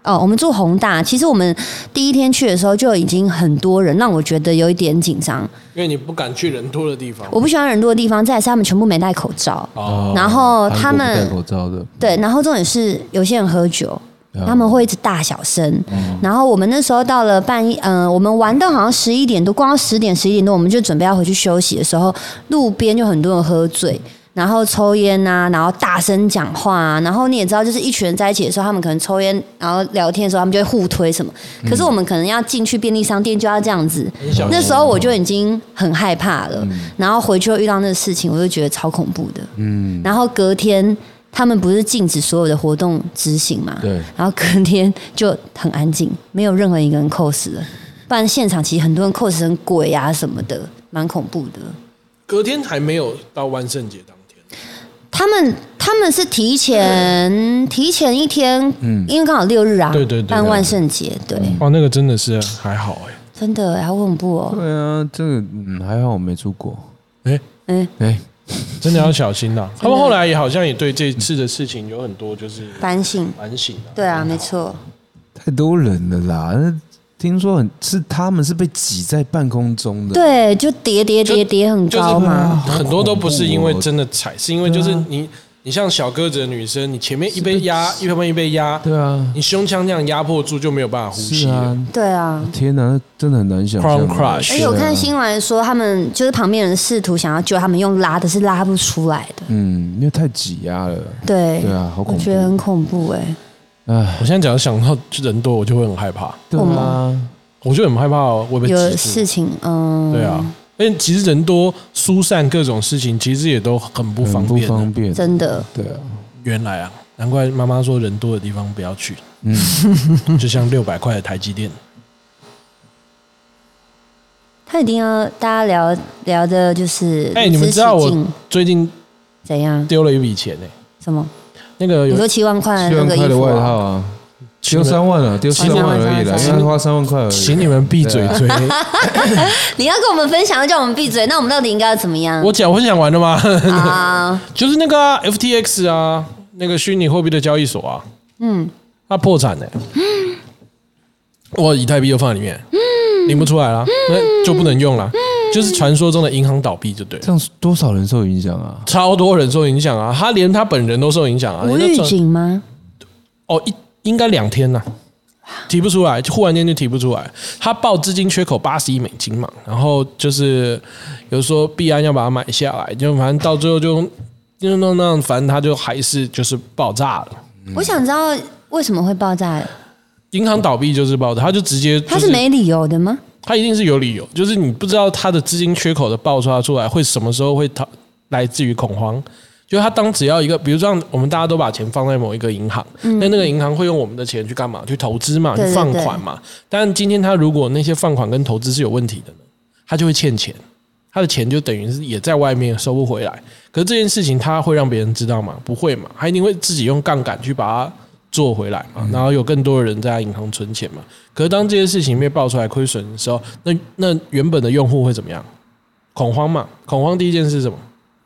Speaker 1: 哦，我们住宏大。其实我们第一天去的时候就已经很多人，让我觉得有一点紧张。
Speaker 2: 因为你不敢去人多的地方
Speaker 1: 我不喜欢人多的地方，再来是他们全部没戴口罩，
Speaker 2: 哦，
Speaker 1: 然后他
Speaker 3: 韩国不戴
Speaker 1: 们
Speaker 3: 口罩的，
Speaker 1: 对，然后重点是有些人喝酒，
Speaker 3: 嗯
Speaker 1: 他们会一直大小声。然后我们那时候到了半夜，嗯、我们玩到好像十一点多，逛到十点、十一点多，我们就准备要回去休息的时候，路边就很多人喝醉。然后抽烟啊，然后大声讲话啊，然后你也知道，就是一群人在一起的时候，他们可能抽烟，然后聊天的时候，他们就会互推什么。可是我们可能要进去便利商店，就要这样子。
Speaker 2: 很小
Speaker 1: 那时候我就已经很害
Speaker 2: 嗯嗯
Speaker 1: 怕了，然后回去又遇到那个事情，我就觉得超恐怖的。然后隔天他们不是禁止所有的活动执行嘛？
Speaker 3: 对
Speaker 1: 然后隔天就很安静，没有任何一个人 cos 了。不然现场其实很多人 cos 成鬼啊什么的，蛮恐怖的。
Speaker 2: 隔天还没有到万圣节当天，
Speaker 1: 他们他们是提前提前一天，因为刚好六日啊，
Speaker 2: 嗯对对对嗯
Speaker 1: 办万圣节，对，
Speaker 2: 哇，哦那个真的是还好哎、
Speaker 1: 真的好恐怖哦。
Speaker 3: 对啊，这个嗯还好我没出国。
Speaker 2: 哎、
Speaker 1: 嗯，
Speaker 3: 哎，
Speaker 2: 真的要小心 <laughs> 啦、他们后来也好像也对这次的事情有很多就是
Speaker 1: 反省，
Speaker 2: 反省啊。
Speaker 1: 对啊，没错，
Speaker 3: 太多人了啦！那听说很是他们是被挤在半空中的，
Speaker 1: 对，就叠叠叠叠很
Speaker 2: 就是嗯
Speaker 1: 高嘛，
Speaker 2: 很多都不是因为真的踩，是因为就是你，你像小个子的女生，你前面一被压，一方面一被压，
Speaker 3: 对啊，
Speaker 2: 你胸腔这样压迫住就没有办法呼吸
Speaker 3: 是
Speaker 2: 了
Speaker 3: 啊。，
Speaker 1: 对啊。
Speaker 3: 天哪，真的很难想象
Speaker 2: Crown Crush
Speaker 1: 而哎且我看
Speaker 3: 对啊
Speaker 1: 新闻说，他们就是旁边人试图想要救他们，用拉的是拉不出来的。
Speaker 3: 嗯，因为太挤压了，
Speaker 1: 对，
Speaker 3: 对啊好恐怖
Speaker 1: 我觉得很恐怖哎、
Speaker 3: 唉，
Speaker 2: 我现在只要想到人多，我就会很害怕，
Speaker 3: 对
Speaker 1: 我
Speaker 3: 啊，
Speaker 2: 我就很害怕哦我被挤
Speaker 1: 有
Speaker 2: 住。
Speaker 1: 事情，嗯，
Speaker 2: 对啊，，因为其实人多疏散各种事情，其实也都很不
Speaker 3: 很
Speaker 2: 方
Speaker 3: 不
Speaker 2: 便啊。
Speaker 3: 方便，
Speaker 1: 真的，
Speaker 3: 对啊，
Speaker 2: 原来啊，难怪妈妈说人多的地方不要去，
Speaker 3: 嗯，
Speaker 2: <laughs> 就像六百块的台积电。
Speaker 1: 他一定要大家聊聊的，就是
Speaker 2: 哎你们
Speaker 1: 如此
Speaker 2: 知道我
Speaker 1: 起劲
Speaker 2: 最近
Speaker 1: 怎样？
Speaker 2: 丢了一笔钱呢、
Speaker 1: 什么？
Speaker 2: 那个
Speaker 1: 你
Speaker 2: 有
Speaker 1: 说七万块
Speaker 3: 七
Speaker 1: 那
Speaker 3: 万
Speaker 1: 个
Speaker 3: 块
Speaker 1: 衣
Speaker 3: 的
Speaker 1: 服
Speaker 3: 外套
Speaker 1: 啊、
Speaker 3: 啊，丢三万了，丢
Speaker 1: 请
Speaker 3: 三
Speaker 1: 你们
Speaker 3: 万而已了，
Speaker 1: 请
Speaker 3: 因为花三万块而
Speaker 2: 请
Speaker 3: 已。
Speaker 2: 你们闭嘴
Speaker 3: 对啊
Speaker 2: 嘴。
Speaker 3: <laughs>
Speaker 1: 你要跟我们分享，叫我们闭嘴，那我们到底应该要怎么样？
Speaker 2: 我讲我讲完了吗？ <laughs>
Speaker 1: 啊，
Speaker 2: 就是那个啊、FTX 啊，那个虚拟货币的交易所啊，
Speaker 1: 嗯，
Speaker 2: 它破
Speaker 1: <gasps>
Speaker 2: 产呢、我以太币又放在里面，
Speaker 1: 嗯
Speaker 2: 领不出来了，那就不能用了，就是传说中的银行倒闭就对了
Speaker 3: 这。样多少人受影响啊？
Speaker 2: 超多人受影响啊，他连他本人都受影响啊。
Speaker 1: 无
Speaker 2: 人
Speaker 1: 预
Speaker 2: 家传
Speaker 1: 警吗？
Speaker 2: 哦，一应该两天呐、提不出来，忽然间就提不出来。他报资金缺口八十亿美金嘛，然后就是有说币安要把它买下来，就反正到最后就就弄弄，反正他就还是就是爆炸了。
Speaker 1: 我想知道为什么会爆炸，
Speaker 2: 银行倒闭就是爆炸，他就直接、就
Speaker 1: 它是没理由的吗？
Speaker 2: 他一定是有理由，就是你不知道他的资金缺口的爆发出来会什么时候会它来自于恐慌。就是他当只要一个，比如说我们大家都把钱放在某一个银行，那那个银行会用我们的钱去干嘛？去投资嘛，
Speaker 1: 嗯
Speaker 2: 去
Speaker 1: 对对
Speaker 2: 放款嘛。但今天他如果那些放款跟投资是有问题的呢，他就会欠钱，他的钱就等于是也在外面收不回来。可是这件事情他会让别人知道吗？不会嘛，他一定会自己用杠杆去把它做回来
Speaker 3: 嗯
Speaker 2: 嘛，然后有更多的人在他银行存钱嘛。可是当这些事情被爆出来亏损的时候，那那原本的用户会怎么样？恐慌嘛，恐慌第一件事是什么？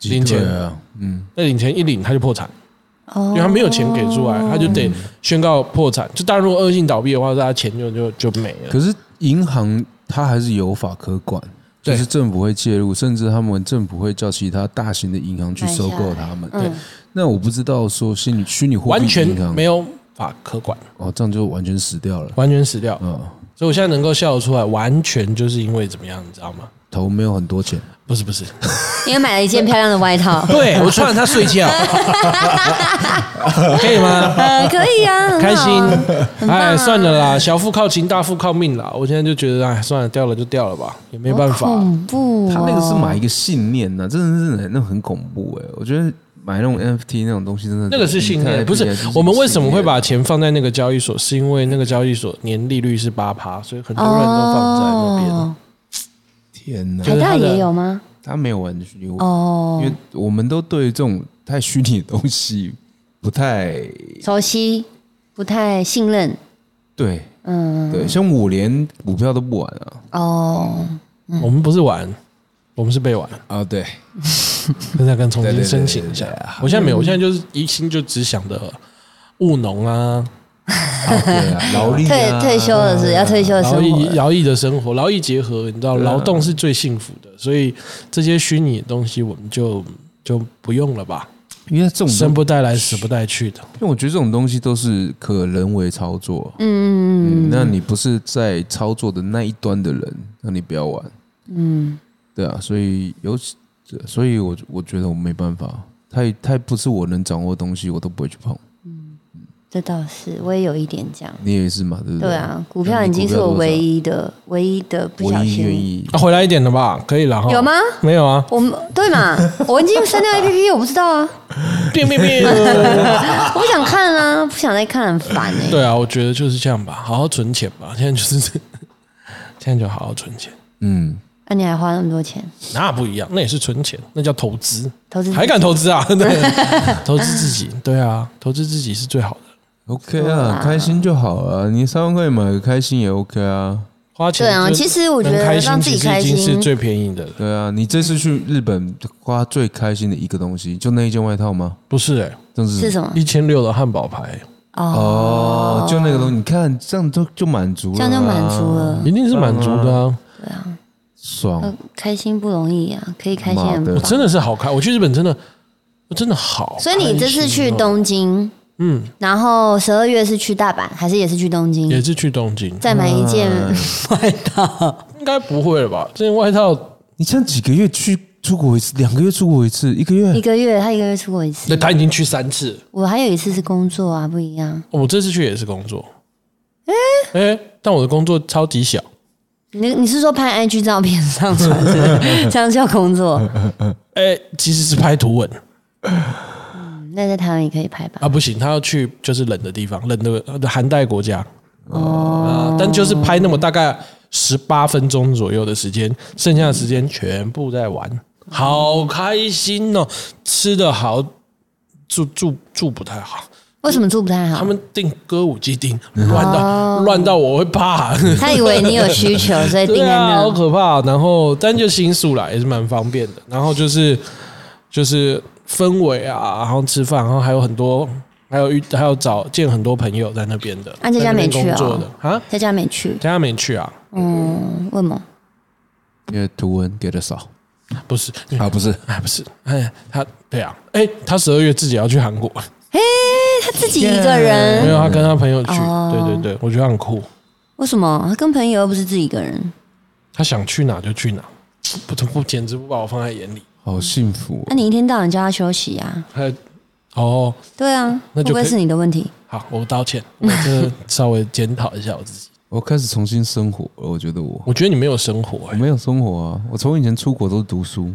Speaker 2: 领钱
Speaker 3: 对，啊，嗯，
Speaker 2: 那领钱一领他就破产，
Speaker 1: 哦，
Speaker 2: 因为他没有钱给出来，他就得
Speaker 3: 嗯
Speaker 2: 宣告破产。就大家如果恶性倒闭的话，大家钱就就就没了。
Speaker 3: 可是银行它还是有法可管，就
Speaker 2: 对
Speaker 3: 是政府会介入，甚至他们政府会叫其他大型的银行去收购他们。
Speaker 1: 嗯，
Speaker 3: 那我不知道说虚拟虚拟货币
Speaker 2: 完全
Speaker 3: 银行
Speaker 2: 没有法可管，
Speaker 3: 哦，这样就完全死掉了。
Speaker 2: 完全死掉。
Speaker 3: 嗯，
Speaker 2: 所以我现在能够笑得出来，完全就是因为怎么样，你知道吗？
Speaker 3: 头没有很多钱，
Speaker 2: 不是不是，，
Speaker 1: 因为买了一件漂亮的外套
Speaker 2: <laughs> 对我穿着它睡觉，可以吗？
Speaker 1: 呃，可以啊，很好啊
Speaker 2: 开心，
Speaker 1: 很棒啊
Speaker 2: 哎，算了啦，小富靠勤，大富靠命啦。我现在就觉得，哎，算了，掉了就掉了吧，也没办法。
Speaker 1: 恐怖、哦，
Speaker 3: 他那个是买一个信念呐、真的是很那很恐怖哎、我觉得买那种 NFT 那种东西真的
Speaker 2: 那个是信
Speaker 3: 太
Speaker 2: 念，不是
Speaker 3: 太
Speaker 2: 我们为什么会把
Speaker 3: 信
Speaker 2: 钱放在那个交易所？是因为那个交易所年利率是八趴，所以很多人都放在那边。
Speaker 1: 哦
Speaker 3: 念天哪、
Speaker 2: 就
Speaker 1: 台
Speaker 2: 是
Speaker 1: 大
Speaker 2: 他的
Speaker 1: 也有吗？
Speaker 3: 他没有玩虚拟货币，
Speaker 1: 哦
Speaker 3: 因，为我们都对这种太虚拟的东西不太
Speaker 1: 熟悉，不太信任，
Speaker 3: 对
Speaker 1: 嗯，
Speaker 3: 对，像我连股票都不玩啊
Speaker 1: 哦，
Speaker 2: 我们不是玩，我们是被玩。
Speaker 3: 啊，对，
Speaker 2: 现在跟重新申请一
Speaker 3: 对
Speaker 2: 下
Speaker 3: 对对对对。
Speaker 2: 我现在没有，我现在就是一心就只想着务农啊，
Speaker 3: 对啊，劳
Speaker 2: 哎
Speaker 3: 力、
Speaker 1: 退
Speaker 3: 啊、
Speaker 1: <laughs> 退休了是要退休的生
Speaker 2: 劳
Speaker 1: 活啊
Speaker 2: 逸
Speaker 1: 了，
Speaker 2: 劳逸的生活，劳逸结合，你知道，劳动是最幸福的。所以这些虚拟的东西，我们就就不用了吧，
Speaker 3: 因为
Speaker 1: 嗯
Speaker 3: 这种
Speaker 2: 生不带来，死不带去的。
Speaker 3: 因为我觉得这种东西都是可人为操作，嗯嗯，那你不是在操作的那一端的人，那你不要玩，嗯，对啊，所以尤其，所以我我觉得我没办法，太太不是我能掌握的东西，我都不会去碰，
Speaker 1: 这倒是，我也有一点这样。
Speaker 3: 你也是嘛，对不
Speaker 1: 对
Speaker 3: 对
Speaker 1: 啊，股票已经是我唯一的唯一的不
Speaker 3: 唯
Speaker 1: 小
Speaker 3: 一愿
Speaker 1: 心。
Speaker 3: 意
Speaker 2: 啊，回来一点了吧？可以了哈。
Speaker 1: 有吗
Speaker 2: 没有啊。
Speaker 1: 我们对
Speaker 2: <laughs>
Speaker 1: 嘛？我已经删掉 A P P，我不知道啊，
Speaker 2: 变变变。
Speaker 1: 我不想看啊，不想再看，很烦哎、
Speaker 2: <laughs> 对啊，我觉得就是这样吧，好好存钱吧。现在就是， <laughs> 现在就好好存钱。
Speaker 3: 嗯，
Speaker 1: 那、啊你还花那么多钱
Speaker 2: 那不一样，那也是存钱，那叫投资，
Speaker 1: 投资自己？
Speaker 2: 还敢投资啊？ <laughs> 对，投资自己，对啊，投资自己是最好的。
Speaker 3: OK 啊，开心就好啊。你三万块买个开心也 OK 啊。
Speaker 2: 花钱
Speaker 1: 对啊
Speaker 2: 就
Speaker 1: 其实我觉得
Speaker 2: 能开心
Speaker 1: 让自己
Speaker 2: 其实已
Speaker 1: 开
Speaker 2: 经
Speaker 1: 心
Speaker 2: 是最便宜的了。
Speaker 3: 对啊，你这次去日本花最开心的一个东西，就那一件外套吗？
Speaker 2: 不是哎、
Speaker 3: 真是
Speaker 1: 是什么？
Speaker 2: 一千六的汉堡排
Speaker 3: 哦，就那个东西，你看这样都就满足了、啊，
Speaker 1: 这样就满足，了
Speaker 2: 一，定是满足的啊！
Speaker 3: 爽
Speaker 1: 呃。开心不容易啊，可以开心
Speaker 3: 妈
Speaker 1: 很
Speaker 3: 的
Speaker 2: 我
Speaker 1: 棒。
Speaker 2: 真的是好开，我去日本真的，我真的好。
Speaker 1: 所以你这次
Speaker 2: 啊
Speaker 1: 去，东京，
Speaker 2: 嗯，
Speaker 1: 然后十二月是去大阪，还是也是去东京？
Speaker 2: 也是去东京，
Speaker 1: 再买一件外套，
Speaker 2: 应该不会了吧？这件外套
Speaker 3: 你像几个月去出国一次，两个月出国一次，一个
Speaker 1: <laughs>
Speaker 3: 月
Speaker 1: 一个月他一个月出国一次，
Speaker 2: 那他已经去三次了，
Speaker 1: 我还有一次是工作啊，不一样。
Speaker 2: 我这次去也是工作。哎、但我的工作超级小，
Speaker 1: 你你是说拍 IG 照片上传是不是这样叫工作？
Speaker 2: 哎、其实是拍图文
Speaker 1: 那在台湾也可以拍吧？
Speaker 2: 啊，不行，他要去就是冷的地方，冷的呃寒带国家。哦、但就是拍那么大概十八分钟左右的时间，剩下的时间全部在玩，好开心哦！吃的好，住住住不太好，
Speaker 1: 为什么住不太
Speaker 2: 他
Speaker 1: 好？
Speaker 2: 们订歌舞伎订乱到乱、到我会怕。
Speaker 1: 他以为你有需求，所以定
Speaker 2: 对
Speaker 1: 在
Speaker 2: 啊，好
Speaker 1: 那。
Speaker 2: 可怕。然后，但就新宿啦，也是蛮方便的。然后就是就是氛围啊，然后吃饭，然后还有很多，还有遇还有找见很多朋友在那边的。
Speaker 1: 啊这家没去哦
Speaker 2: 在那边工作的啊，
Speaker 1: 在家没去，
Speaker 2: 佳佳没去啊？
Speaker 1: 嗯，为什么？
Speaker 3: 因为图文给的少
Speaker 2: 不是，
Speaker 3: 啊，不是
Speaker 2: 哎，不是，哎，他对啊，哎，他十二月自己要去韩国，
Speaker 1: 嗯他自己一个
Speaker 2: 没
Speaker 1: 人，
Speaker 2: 有，他跟他朋友去。
Speaker 1: 哦
Speaker 2: 对对对，我觉得很酷，
Speaker 1: 为什么？他跟朋友又不是自己一个人，
Speaker 2: 他想去哪就去哪，不不简直不把我放在眼里。
Speaker 3: 好幸福、哦
Speaker 1: 那你一天到晚叫他休息啊？
Speaker 2: 还有哦，
Speaker 1: 对啊，会
Speaker 2: 那就
Speaker 1: 不
Speaker 2: 可以
Speaker 1: 会是你的问题？
Speaker 2: 好，我道歉，我这稍微检讨一下我自己。
Speaker 3: 我开始重新生活了，我觉得我
Speaker 2: 我觉得你没有生活、
Speaker 3: 我
Speaker 2: 欸，
Speaker 3: 没有生活啊，我从以前出国都是读书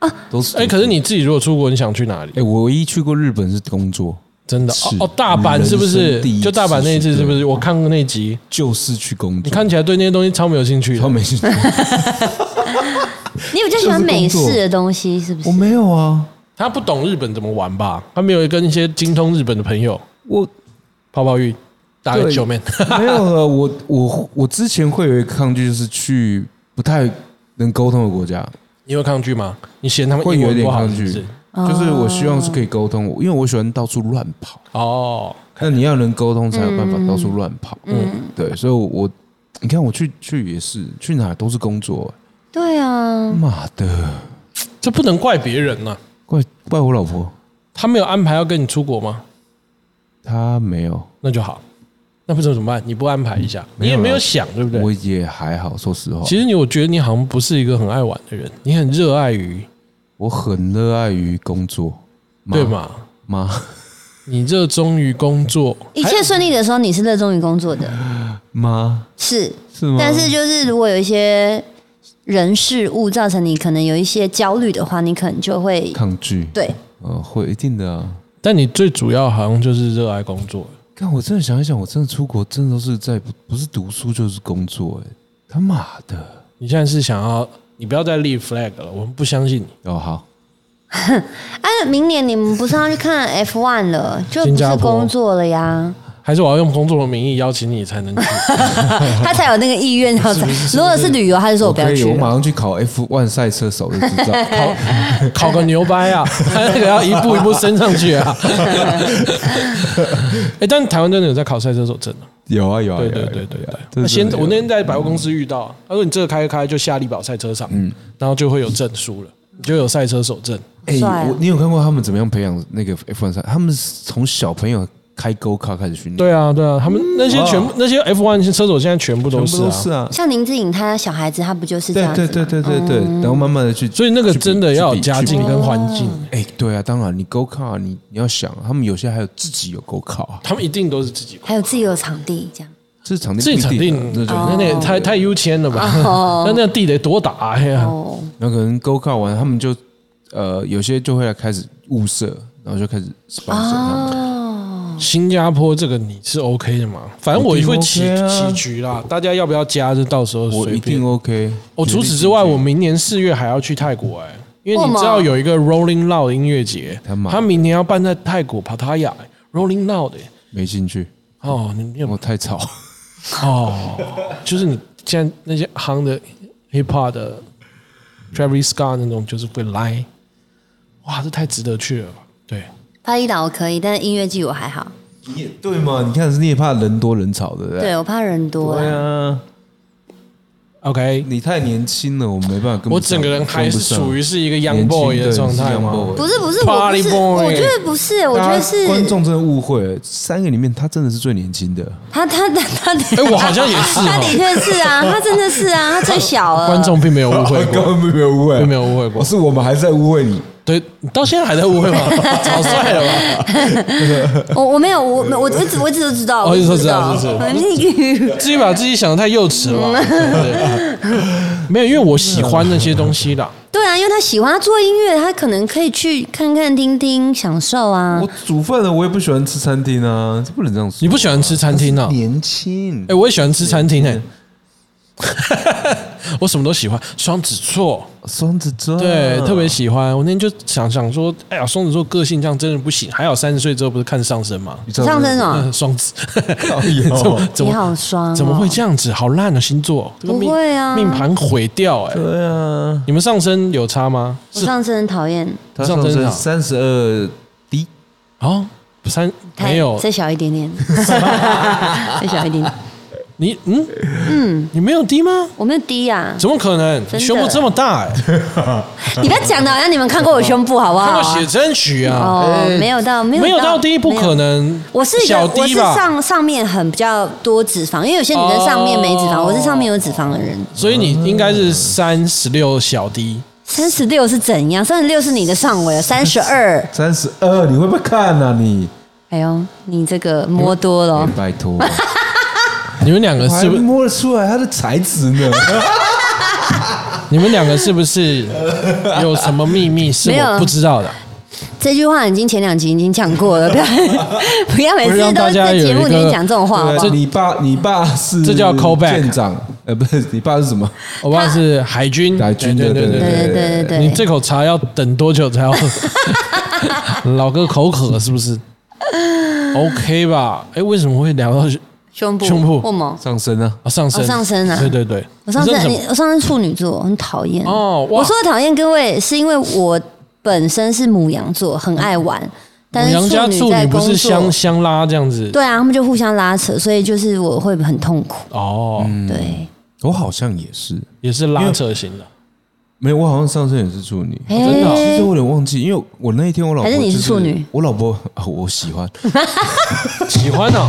Speaker 3: 啊，都是
Speaker 2: 哎、
Speaker 3: 读书
Speaker 2: 可是你自己如果出国，你想去哪里
Speaker 3: 哎、？我唯一去过日本是工作，
Speaker 2: 真的
Speaker 3: 是
Speaker 2: 哦哦，大阪是不
Speaker 3: 人
Speaker 2: 是
Speaker 3: 生第？一
Speaker 2: 就大阪那一次
Speaker 3: 次
Speaker 2: 是不是？我看过那集，
Speaker 3: 就是去工作。
Speaker 2: 你看起来对那些东西超没有兴趣
Speaker 3: 超
Speaker 2: 的。
Speaker 3: 没兴趣，
Speaker 1: 你比较喜欢美式的东西是不
Speaker 3: <laughs> 我
Speaker 1: 是？
Speaker 3: 没有啊，
Speaker 2: 他不懂日本怎么玩吧？他没有跟一些精通日本的朋友
Speaker 3: 我
Speaker 2: 泡泡浴、打
Speaker 3: 对
Speaker 2: 九面。 <laughs>
Speaker 3: 没有了，我我我之前会有一个抗拒，就是去不太能沟通的国家，
Speaker 2: 你会抗拒吗？你嫌他们
Speaker 3: 会
Speaker 2: 英
Speaker 3: 有
Speaker 2: 文
Speaker 3: 点
Speaker 2: 不好
Speaker 3: 抗
Speaker 2: 是
Speaker 3: 拒
Speaker 2: 不是？，
Speaker 3: 就是我希望是可以沟通，因为我喜欢到处乱跑。
Speaker 2: 哦，
Speaker 3: 那你要能沟通，才有办法到处乱跑。嗯，对，所以我，我你看我去去也是，去哪都是工作。
Speaker 1: 对啊，
Speaker 3: 妈的，
Speaker 2: 这不能怪别人呐、啊
Speaker 3: 怪怪我老婆，
Speaker 2: 他没有安排要跟你出国吗？
Speaker 3: 她没有，
Speaker 2: 那就好，那不知道怎么办？你不安排一下，你
Speaker 3: 嗯没有
Speaker 2: 也
Speaker 3: 啦
Speaker 2: 没有想，对不对？
Speaker 3: 我也还好。说实话，
Speaker 2: 其实你，我觉得你好像不是一个很爱玩的人，你很热爱于
Speaker 3: 我很热爱于工作，妈
Speaker 2: 对？吗？
Speaker 3: 妈
Speaker 2: 你热衷于工作，
Speaker 1: 一切顺利的时候你是热衷于工作的，
Speaker 3: 妈
Speaker 1: 是
Speaker 3: 是吗？
Speaker 1: 但是就是如果有一些人事物造成你可能有一些焦虑的话，你可能就会
Speaker 3: 抗拒，
Speaker 1: 对
Speaker 3: 呃，会一定的啊。
Speaker 2: 但你最主要好像就是热爱工作。
Speaker 3: 看，我真的想一想，我真的出国，真的都是在不不是读书就是工作、哎，他妈的！
Speaker 2: 你现在是想要，你不要再立 flag 了，我们不相信你。
Speaker 3: 哦，好，
Speaker 1: 哎、明年你们不是要去看 F one 了，就不
Speaker 2: 新
Speaker 1: 是
Speaker 2: 加坡
Speaker 1: 工作了呀？
Speaker 2: 还是我要用工作的名义邀请你才能去？
Speaker 1: 他才有那个意愿要走。如果是旅游，他就说我不要
Speaker 3: 可以，
Speaker 1: 去
Speaker 3: 我马
Speaker 1: 了。
Speaker 3: 上去考 F 1赛车手
Speaker 1: <laughs>
Speaker 3: 的执照。
Speaker 2: 烤 <laughs> 烤个牛掰啊！ <laughs> 他那个要一步一步升上去啊！ <laughs> 哎、但台湾真的有在考赛车手证啊！
Speaker 3: 有啊有啊，
Speaker 2: 对
Speaker 3: 有啊
Speaker 2: 对
Speaker 3: 有啊
Speaker 2: 对对
Speaker 3: 有啊
Speaker 2: 对。那先我那
Speaker 3: 那
Speaker 2: 天在百货公司遇到啊，他说你这个开一开就下力宝赛车场，
Speaker 3: 嗯
Speaker 2: 然后就会有证书了，你就有赛车手证。
Speaker 1: 帅啊
Speaker 3: 哎，我你有看过他们怎么样培养那个 F 1赛？他们是从小朋友开沟卡开始训练，
Speaker 2: 对啊，对啊，他们那些全部、
Speaker 3: 哦
Speaker 2: 那些 F one 车手现在全部
Speaker 3: 全
Speaker 2: 都
Speaker 3: 部
Speaker 2: 是
Speaker 3: 都
Speaker 2: 啊，
Speaker 3: 是啊，
Speaker 1: 像林志颖他小孩子，他不就是这
Speaker 3: 对
Speaker 1: 样子
Speaker 3: 对
Speaker 1: 吗？
Speaker 3: 对对对对，
Speaker 1: 嗯
Speaker 3: 然后慢慢的去，
Speaker 2: 所以那个
Speaker 3: 去比
Speaker 2: 真的要有
Speaker 3: 去比
Speaker 2: 家
Speaker 3: 去比
Speaker 2: 境跟环境，
Speaker 1: 哦
Speaker 3: 哎、对啊，当然，你 go car，你你要想，他们有些还有自己有 go car，啊
Speaker 2: 他们一定都是自己
Speaker 1: 还有自己有场地这样。
Speaker 3: 这场地
Speaker 2: 自己场
Speaker 3: 不一
Speaker 2: 地，
Speaker 3: 定啊那
Speaker 2: 那
Speaker 3: 种，
Speaker 1: 哦
Speaker 2: 那也太太优先了吧？ <laughs> 那那地得多大哎呀？
Speaker 1: 哦，
Speaker 3: 那可能 go car 完，他们就呃有些就会来开始物色，然后就开始 sponsor 他们。
Speaker 1: 哦，
Speaker 2: 新加坡这个你是 OK 的吗？反正我会起
Speaker 3: 我一定 OK 啊
Speaker 2: 起局啦，大家要不要加就到时候
Speaker 3: 我
Speaker 2: 随
Speaker 3: 一
Speaker 2: 便
Speaker 3: 定。OK。
Speaker 2: 我除此之外，我明年四月还要去泰国哎、因为
Speaker 1: 为
Speaker 2: 你
Speaker 1: 什么
Speaker 2: 知道有一个 Rolling Loud 的音乐节
Speaker 3: 他，妈
Speaker 2: 他明年要办在泰国帕塔亚 Rolling Loud 哎
Speaker 3: 没兴趣，
Speaker 2: 哦，你你有
Speaker 3: 我太吵。
Speaker 2: 哦，就是你现在那些夯的 hip hop 的 Travis Scott 那种，就是会来，哇，这太值得去了吧？对，
Speaker 1: 巴厘岛我可以，但是音乐剧我还好。
Speaker 3: 你也对嘛？你看，你也怕人多人吵，对不对？
Speaker 1: 对我怕人多
Speaker 3: 对
Speaker 1: 啊，
Speaker 3: 啊，
Speaker 2: OK，
Speaker 3: 你太年轻了，我没办法跟不上。
Speaker 2: 我整个人还是处于是一个 young
Speaker 3: 年轻
Speaker 2: boy 的
Speaker 3: 对
Speaker 2: 状态
Speaker 3: 是 young
Speaker 2: 吗
Speaker 3: boy？
Speaker 1: 不是不是，我不
Speaker 2: Party
Speaker 1: 是，
Speaker 2: boy
Speaker 1: 我觉得不是，我觉得是
Speaker 3: 观众真的误会了，三个里面他真的是最年轻的。
Speaker 1: 他他他他的，
Speaker 2: 哎我好像也是
Speaker 1: <laughs>
Speaker 2: 哦
Speaker 1: 他的确是啊，他真的是啊，他最小了。
Speaker 2: <laughs> 观众并没有误会过，
Speaker 3: <laughs> 根本没有误会哦
Speaker 2: 并没有误会过
Speaker 3: 是我们还在误会你。
Speaker 2: 对，你到现在还在误会吗？ <laughs> 草率了吧？
Speaker 1: 我我没有，我我我只我只是知道，
Speaker 2: 哦
Speaker 1: 我只
Speaker 2: 你说
Speaker 1: 是
Speaker 2: 知道是
Speaker 1: 知
Speaker 2: 不 <laughs>
Speaker 1: 道
Speaker 2: 自己把自己想的太幼稚了吧？对没有，因为我喜欢那些东西啦。
Speaker 1: 对啊，因为他喜欢他做音乐，他可能可以去看看、听听、享受啊
Speaker 3: 我。煮饭了，我也不喜欢吃餐厅啊，这不能这样说。
Speaker 2: 你不喜欢吃餐厅啊？
Speaker 3: 年轻
Speaker 2: 哎、，我也喜欢吃餐厅哎、 <laughs> 我什么都喜欢。双子座，
Speaker 3: 双哦子座
Speaker 2: 对，特别喜欢。我那天就想想说，哎呀，双子座个性这样真的不行。还有三十岁之后不是看上升吗？
Speaker 1: 上升什么？
Speaker 2: 嗯双子， <laughs>
Speaker 3: 呦
Speaker 2: 怎么怎
Speaker 1: 你
Speaker 2: 么
Speaker 1: 好双、哦，
Speaker 2: 怎么会这样子？好烂的、星座，这个命
Speaker 1: 不会啊
Speaker 2: 命盘毁掉哎、
Speaker 3: 对啊，
Speaker 2: 你们上升有差吗？
Speaker 1: 我
Speaker 2: 是
Speaker 1: 上次很讨厌，
Speaker 3: 他
Speaker 2: 上
Speaker 3: 上
Speaker 2: 升
Speaker 3: 升
Speaker 2: 啊
Speaker 3: 三十二 D，
Speaker 2: 哦，三
Speaker 1: 太
Speaker 2: 没有
Speaker 1: 再小一点
Speaker 2: <laughs>
Speaker 1: 点，再小一点点，
Speaker 2: 你嗯嗯，你没有低吗？
Speaker 1: 我没有低
Speaker 2: <laughs>
Speaker 1: 啊！
Speaker 2: 怎么可能？
Speaker 1: 的
Speaker 2: 胸部这么大哎、
Speaker 1: 你不要讲的好像你们看过我胸部好不好
Speaker 2: 看过
Speaker 1: 啊、
Speaker 2: 写真曲啊。
Speaker 1: 哦，没有到，没有
Speaker 2: 没有到
Speaker 1: 到
Speaker 2: 低不可。
Speaker 1: 没有
Speaker 2: 能，
Speaker 1: 我是一个
Speaker 2: 小
Speaker 1: 我是
Speaker 2: 低吧，
Speaker 1: 上上面很比较多脂肪，因为有些女生上面没脂肪，
Speaker 2: 哦
Speaker 1: 我是上面有脂肪的人。
Speaker 2: 所以你应该是三十六小低，
Speaker 1: 三十六是怎样？三十六是你的上围，三十二。
Speaker 3: 三十二，你会不会看啊你？
Speaker 1: 哎呦，你这个摸多了哦
Speaker 3: 哎。拜
Speaker 2: <laughs>
Speaker 3: 托，
Speaker 2: 你们两个是
Speaker 3: 还
Speaker 2: 啊不？
Speaker 3: 摸得出来他的材质呢？
Speaker 2: 你们两个是不是有什么秘密是
Speaker 1: 没有
Speaker 2: 我不知道的？
Speaker 1: 这句话已经前两集已经讲过了，不要不要每
Speaker 2: 不
Speaker 1: 次
Speaker 2: 是让
Speaker 1: 都
Speaker 2: 大
Speaker 1: 是
Speaker 2: 家
Speaker 1: 在
Speaker 2: 有
Speaker 1: 节目
Speaker 2: 一
Speaker 1: 里面
Speaker 2: 个
Speaker 1: 讲这种话，好不好
Speaker 3: 对？啊你爸，你爸是
Speaker 2: 这叫 callback
Speaker 3: 舰长，呃，不是，你爸是什么？
Speaker 2: 我爸是海军，
Speaker 3: 海军
Speaker 2: 对
Speaker 3: 的
Speaker 2: 对
Speaker 3: 对
Speaker 1: 对对对对对，
Speaker 2: 你这口茶要等多久
Speaker 1: <laughs>
Speaker 2: 才要？老哥口渴是不是？OK 吧？哎，为什么会聊到
Speaker 1: 胸部
Speaker 2: 胸部
Speaker 1: 为什么？
Speaker 3: 上身啊，
Speaker 2: 啊上升？
Speaker 1: 哦上升啊
Speaker 2: 对对对，
Speaker 1: 我上
Speaker 2: 你
Speaker 1: 次
Speaker 2: 这是什
Speaker 1: 你
Speaker 2: 么
Speaker 1: 我上次处女座，我很讨厌
Speaker 2: 哦哇
Speaker 1: 我说的讨厌各位是因为我本身是母羊座，很爱玩，但是
Speaker 2: 杨嗯家
Speaker 1: 女
Speaker 2: 处
Speaker 1: 在
Speaker 2: 女不
Speaker 1: 工
Speaker 2: 是
Speaker 1: 作
Speaker 2: 相，相拉这样子？
Speaker 1: 对啊，他们就互相拉扯，所以就是我会很痛苦。
Speaker 2: 哦，
Speaker 3: 嗯
Speaker 1: 对，
Speaker 3: 我好像也是，
Speaker 2: 也是拉扯型的。
Speaker 3: 没有，我好像上身也是处女。
Speaker 1: 哎
Speaker 2: 真的哦
Speaker 3: 其实我有点忘记，因为我那一天我老婆、
Speaker 1: 还
Speaker 3: 就是
Speaker 1: 你是处女，
Speaker 3: 我老婆、 <laughs> 啊我喜欢，
Speaker 2: 喜欢哦，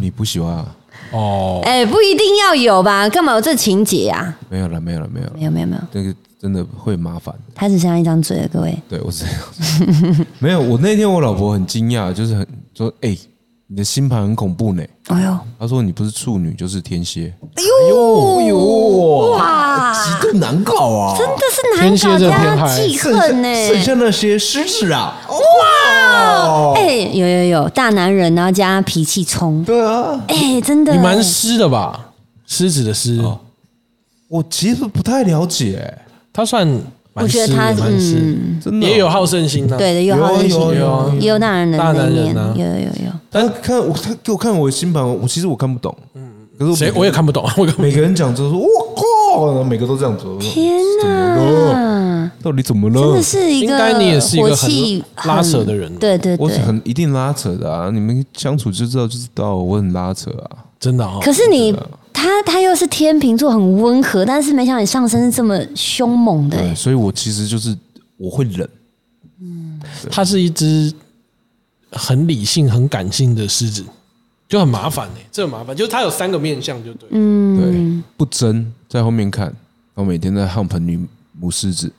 Speaker 3: 你不喜欢啊？
Speaker 2: 哦，
Speaker 1: 哎，不一定要有吧？干嘛有这情节啊？
Speaker 3: 没有了，没有了，没有了
Speaker 1: 没，有没有没有，
Speaker 3: 那个真的会麻烦。
Speaker 1: 他只剩下一张嘴了，各位。
Speaker 3: 对我这样， <laughs> 没有。我那天我老婆很惊讶，就是很说：“哎、你的星盘很恐怖呢。
Speaker 1: 哎呦，”
Speaker 3: 她说：“你不是处女就是天蝎。
Speaker 1: 哎呦，哎呦，哇，
Speaker 3: 都难搞啊！
Speaker 1: 真的是难搞加记恨呢、哦
Speaker 3: 那些狮子啊，
Speaker 2: 哦
Speaker 1: 哇，哎、有有有，大男人，然后加脾气冲，
Speaker 3: 对啊，
Speaker 1: 哎、真的，
Speaker 2: 你蛮狮的吧？狮子的狮，
Speaker 3: 哦我其实不太了解、欸
Speaker 2: 他算蛮
Speaker 1: 我觉
Speaker 2: 狮
Speaker 1: 得
Speaker 2: 的，
Speaker 1: 他
Speaker 2: 蛮狮，
Speaker 1: 嗯，
Speaker 3: 真的啊
Speaker 2: 也有好胜心呢。
Speaker 1: 对的，有
Speaker 3: 有啊
Speaker 1: 好胜
Speaker 3: 有
Speaker 1: 心，
Speaker 3: 啊有啊
Speaker 1: 也有大男人
Speaker 2: 大
Speaker 1: 的那
Speaker 2: 男
Speaker 1: 一
Speaker 2: 人
Speaker 1: 面，
Speaker 2: 啊
Speaker 1: 有有有有，
Speaker 3: 但看我，他给我看我的星盘，我其实我看不懂。嗯，可是我
Speaker 2: 谁
Speaker 3: 每个
Speaker 2: 我也看不懂，啊 <laughs> 我也看不懂
Speaker 3: <laughs> 每个人讲之后说，我靠，然后每个都这样做。
Speaker 1: 天
Speaker 3: 哪！
Speaker 1: 哪，
Speaker 3: 到底怎么了？
Speaker 1: 真的是一
Speaker 2: 嗯应
Speaker 1: 个，
Speaker 2: 该你也是一个
Speaker 1: 火
Speaker 2: 很
Speaker 1: 气
Speaker 2: 拉
Speaker 1: 很
Speaker 2: 扯的人
Speaker 1: 对对
Speaker 3: 我
Speaker 1: 对。
Speaker 3: 很一定拉扯的啊！你们相处就知道就知道，我很拉扯啊。
Speaker 2: 真的哦。
Speaker 1: 可是你他他又是天秤座，很温和，但是没想到你上身是这么凶猛的、
Speaker 3: 对，所以我其实就是我会忍，
Speaker 2: 它是一只很理性、很感性的狮子，就很麻烦哎、这很麻烦，就是它有三个面相，就对。嗯，
Speaker 3: 对，不争，在后面看，然后每天在汉盆女母狮子，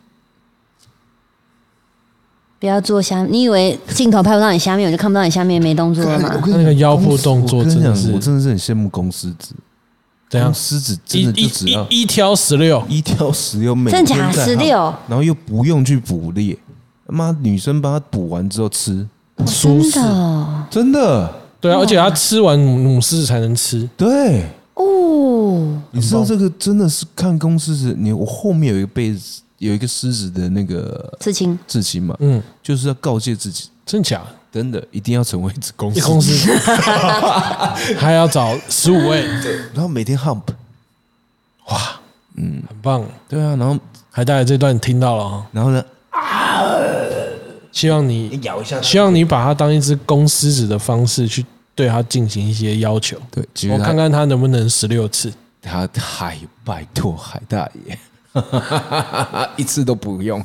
Speaker 1: 不要坐下，你以为镜头拍不到你下面，我就看不到你下面没动作了吗？
Speaker 2: 那个腰部动作
Speaker 3: 我跟
Speaker 2: 真
Speaker 3: 你
Speaker 2: 的
Speaker 3: 讲
Speaker 2: 是，
Speaker 3: 我真的是很羡慕公狮子，
Speaker 2: 怎样
Speaker 3: 公？嗯狮子
Speaker 2: 一
Speaker 3: 真的
Speaker 2: 啊一
Speaker 3: 就只要
Speaker 2: 一一挑十六，
Speaker 3: 一挑十六，每
Speaker 1: 真
Speaker 3: 天
Speaker 1: 假
Speaker 3: 在它
Speaker 1: 16
Speaker 3: 然后又不用去捕猎，妈女生帮它捕完之后吃，
Speaker 1: 真
Speaker 3: 舒适
Speaker 1: 的，哦
Speaker 3: 真的，
Speaker 2: 对啊，而且它吃完母母狮子才能吃，
Speaker 3: 对，
Speaker 1: 哦，
Speaker 3: 你知道这个真的是看公狮子，你我后面有一个被有一个狮子的那个
Speaker 1: 刺青
Speaker 3: 至亲嘛，
Speaker 2: 嗯，
Speaker 3: 就是要告诫自己，
Speaker 2: 真假？
Speaker 3: 真的一定要成为 <laughs> 一只公
Speaker 2: 一
Speaker 3: 狮，
Speaker 2: 公
Speaker 1: <laughs>
Speaker 2: 狮子还要找十五位，
Speaker 3: 然后每天 hump，
Speaker 2: 很棒。
Speaker 3: 对啊，然后
Speaker 2: 海带这段听到了哦，
Speaker 3: 然后呢，
Speaker 2: 希望你
Speaker 3: 咬一下
Speaker 2: 希望你把它当一只公狮子的方式去对它进行一些要求，
Speaker 3: 对，其
Speaker 2: 我
Speaker 3: 实
Speaker 2: 看
Speaker 3: 他
Speaker 2: 看它能不能十六次。
Speaker 3: 他海拜托海大爷， <laughs> 一次都不用。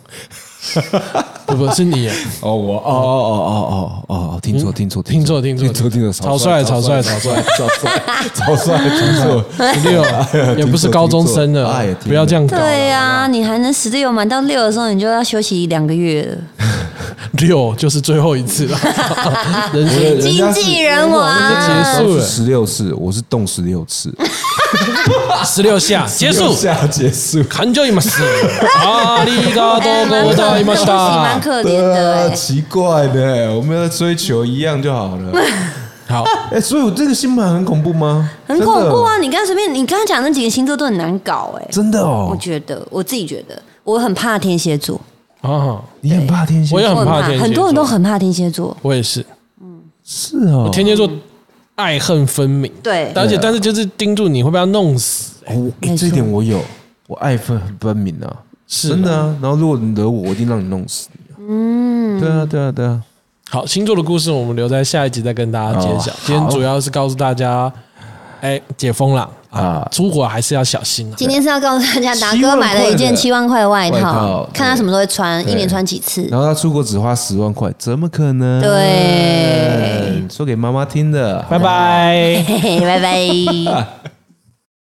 Speaker 2: 不不是你耶，
Speaker 3: 哦，我哦哦哦哦哦哦，听错听错
Speaker 2: 听错听错
Speaker 3: 听错听
Speaker 2: 草
Speaker 3: 错，
Speaker 2: 率草率
Speaker 3: 草率草率草率听 <laughs> 错，
Speaker 2: 十六啊也不是高中生了
Speaker 3: 哎呀，天哪
Speaker 2: 不要这样搞啊了。
Speaker 1: 对呀、你还能十六满到六的时候，你就要休息两个月了。
Speaker 2: 六就是最后一次了，人生
Speaker 3: 人家
Speaker 1: 经
Speaker 3: 是
Speaker 1: 纪人
Speaker 2: 人
Speaker 1: 王，
Speaker 2: 家结束了
Speaker 3: 十六次，我是动十六次，
Speaker 2: 十六下结束
Speaker 3: 六。下结束。
Speaker 2: 看就一马死，阿里嘎多ご
Speaker 1: 哎
Speaker 2: ざいまし
Speaker 1: 蛮
Speaker 2: た。
Speaker 1: 可怜
Speaker 3: 对
Speaker 1: 的、
Speaker 3: 啊，
Speaker 1: 哎
Speaker 3: 奇怪的，欸我们要追求一样就
Speaker 1: <laughs>
Speaker 3: 好了。
Speaker 2: 好，啊
Speaker 3: 哎，所以我这个星盘很恐怖吗？
Speaker 1: 很恐怖啊！你刚刚随便，你刚刚讲那几个星座都很难搞哎、
Speaker 3: 真的！真的
Speaker 1: 我
Speaker 3: 哦，
Speaker 1: 觉得我自己觉得，我很怕天蝎座，
Speaker 2: 啊，
Speaker 3: 你很怕天蝎，
Speaker 2: 我也
Speaker 1: 我
Speaker 2: 很怕天蝎座
Speaker 1: 很多人都很怕天蝎座。
Speaker 2: 我也是，
Speaker 3: 是哦，
Speaker 2: 天蝎座爱恨分明，
Speaker 1: 对，啊
Speaker 2: 而且但是就是盯住你会被他弄死，
Speaker 3: 我
Speaker 1: 没
Speaker 3: 欸这
Speaker 1: 错
Speaker 3: 点我有，我爱分很分明啊，
Speaker 2: 是哦
Speaker 3: 真的啊。然后如果你惹我，我一定让你弄死你啊。嗯，对啊，对啊，对啊。
Speaker 2: 好，星座的故事我们留在下一集再跟大家揭晓
Speaker 3: 哦。
Speaker 2: 今天主要是告诉大家，哎，解封了啊
Speaker 3: 啊，
Speaker 2: 出国还是要小心啊。
Speaker 1: 今天是要告诉大家，达哥买了一件七
Speaker 3: 七
Speaker 1: 万块的外
Speaker 3: 外
Speaker 1: 套
Speaker 3: 套，
Speaker 1: 看他什么时候会穿，
Speaker 3: 对
Speaker 1: 一年穿几次。
Speaker 3: 然后他出国只花十万块，怎么可能？
Speaker 1: 对，
Speaker 3: 嗯，说给妈妈听的。
Speaker 2: 拜拜。
Speaker 1: 嘿嘿，拜拜。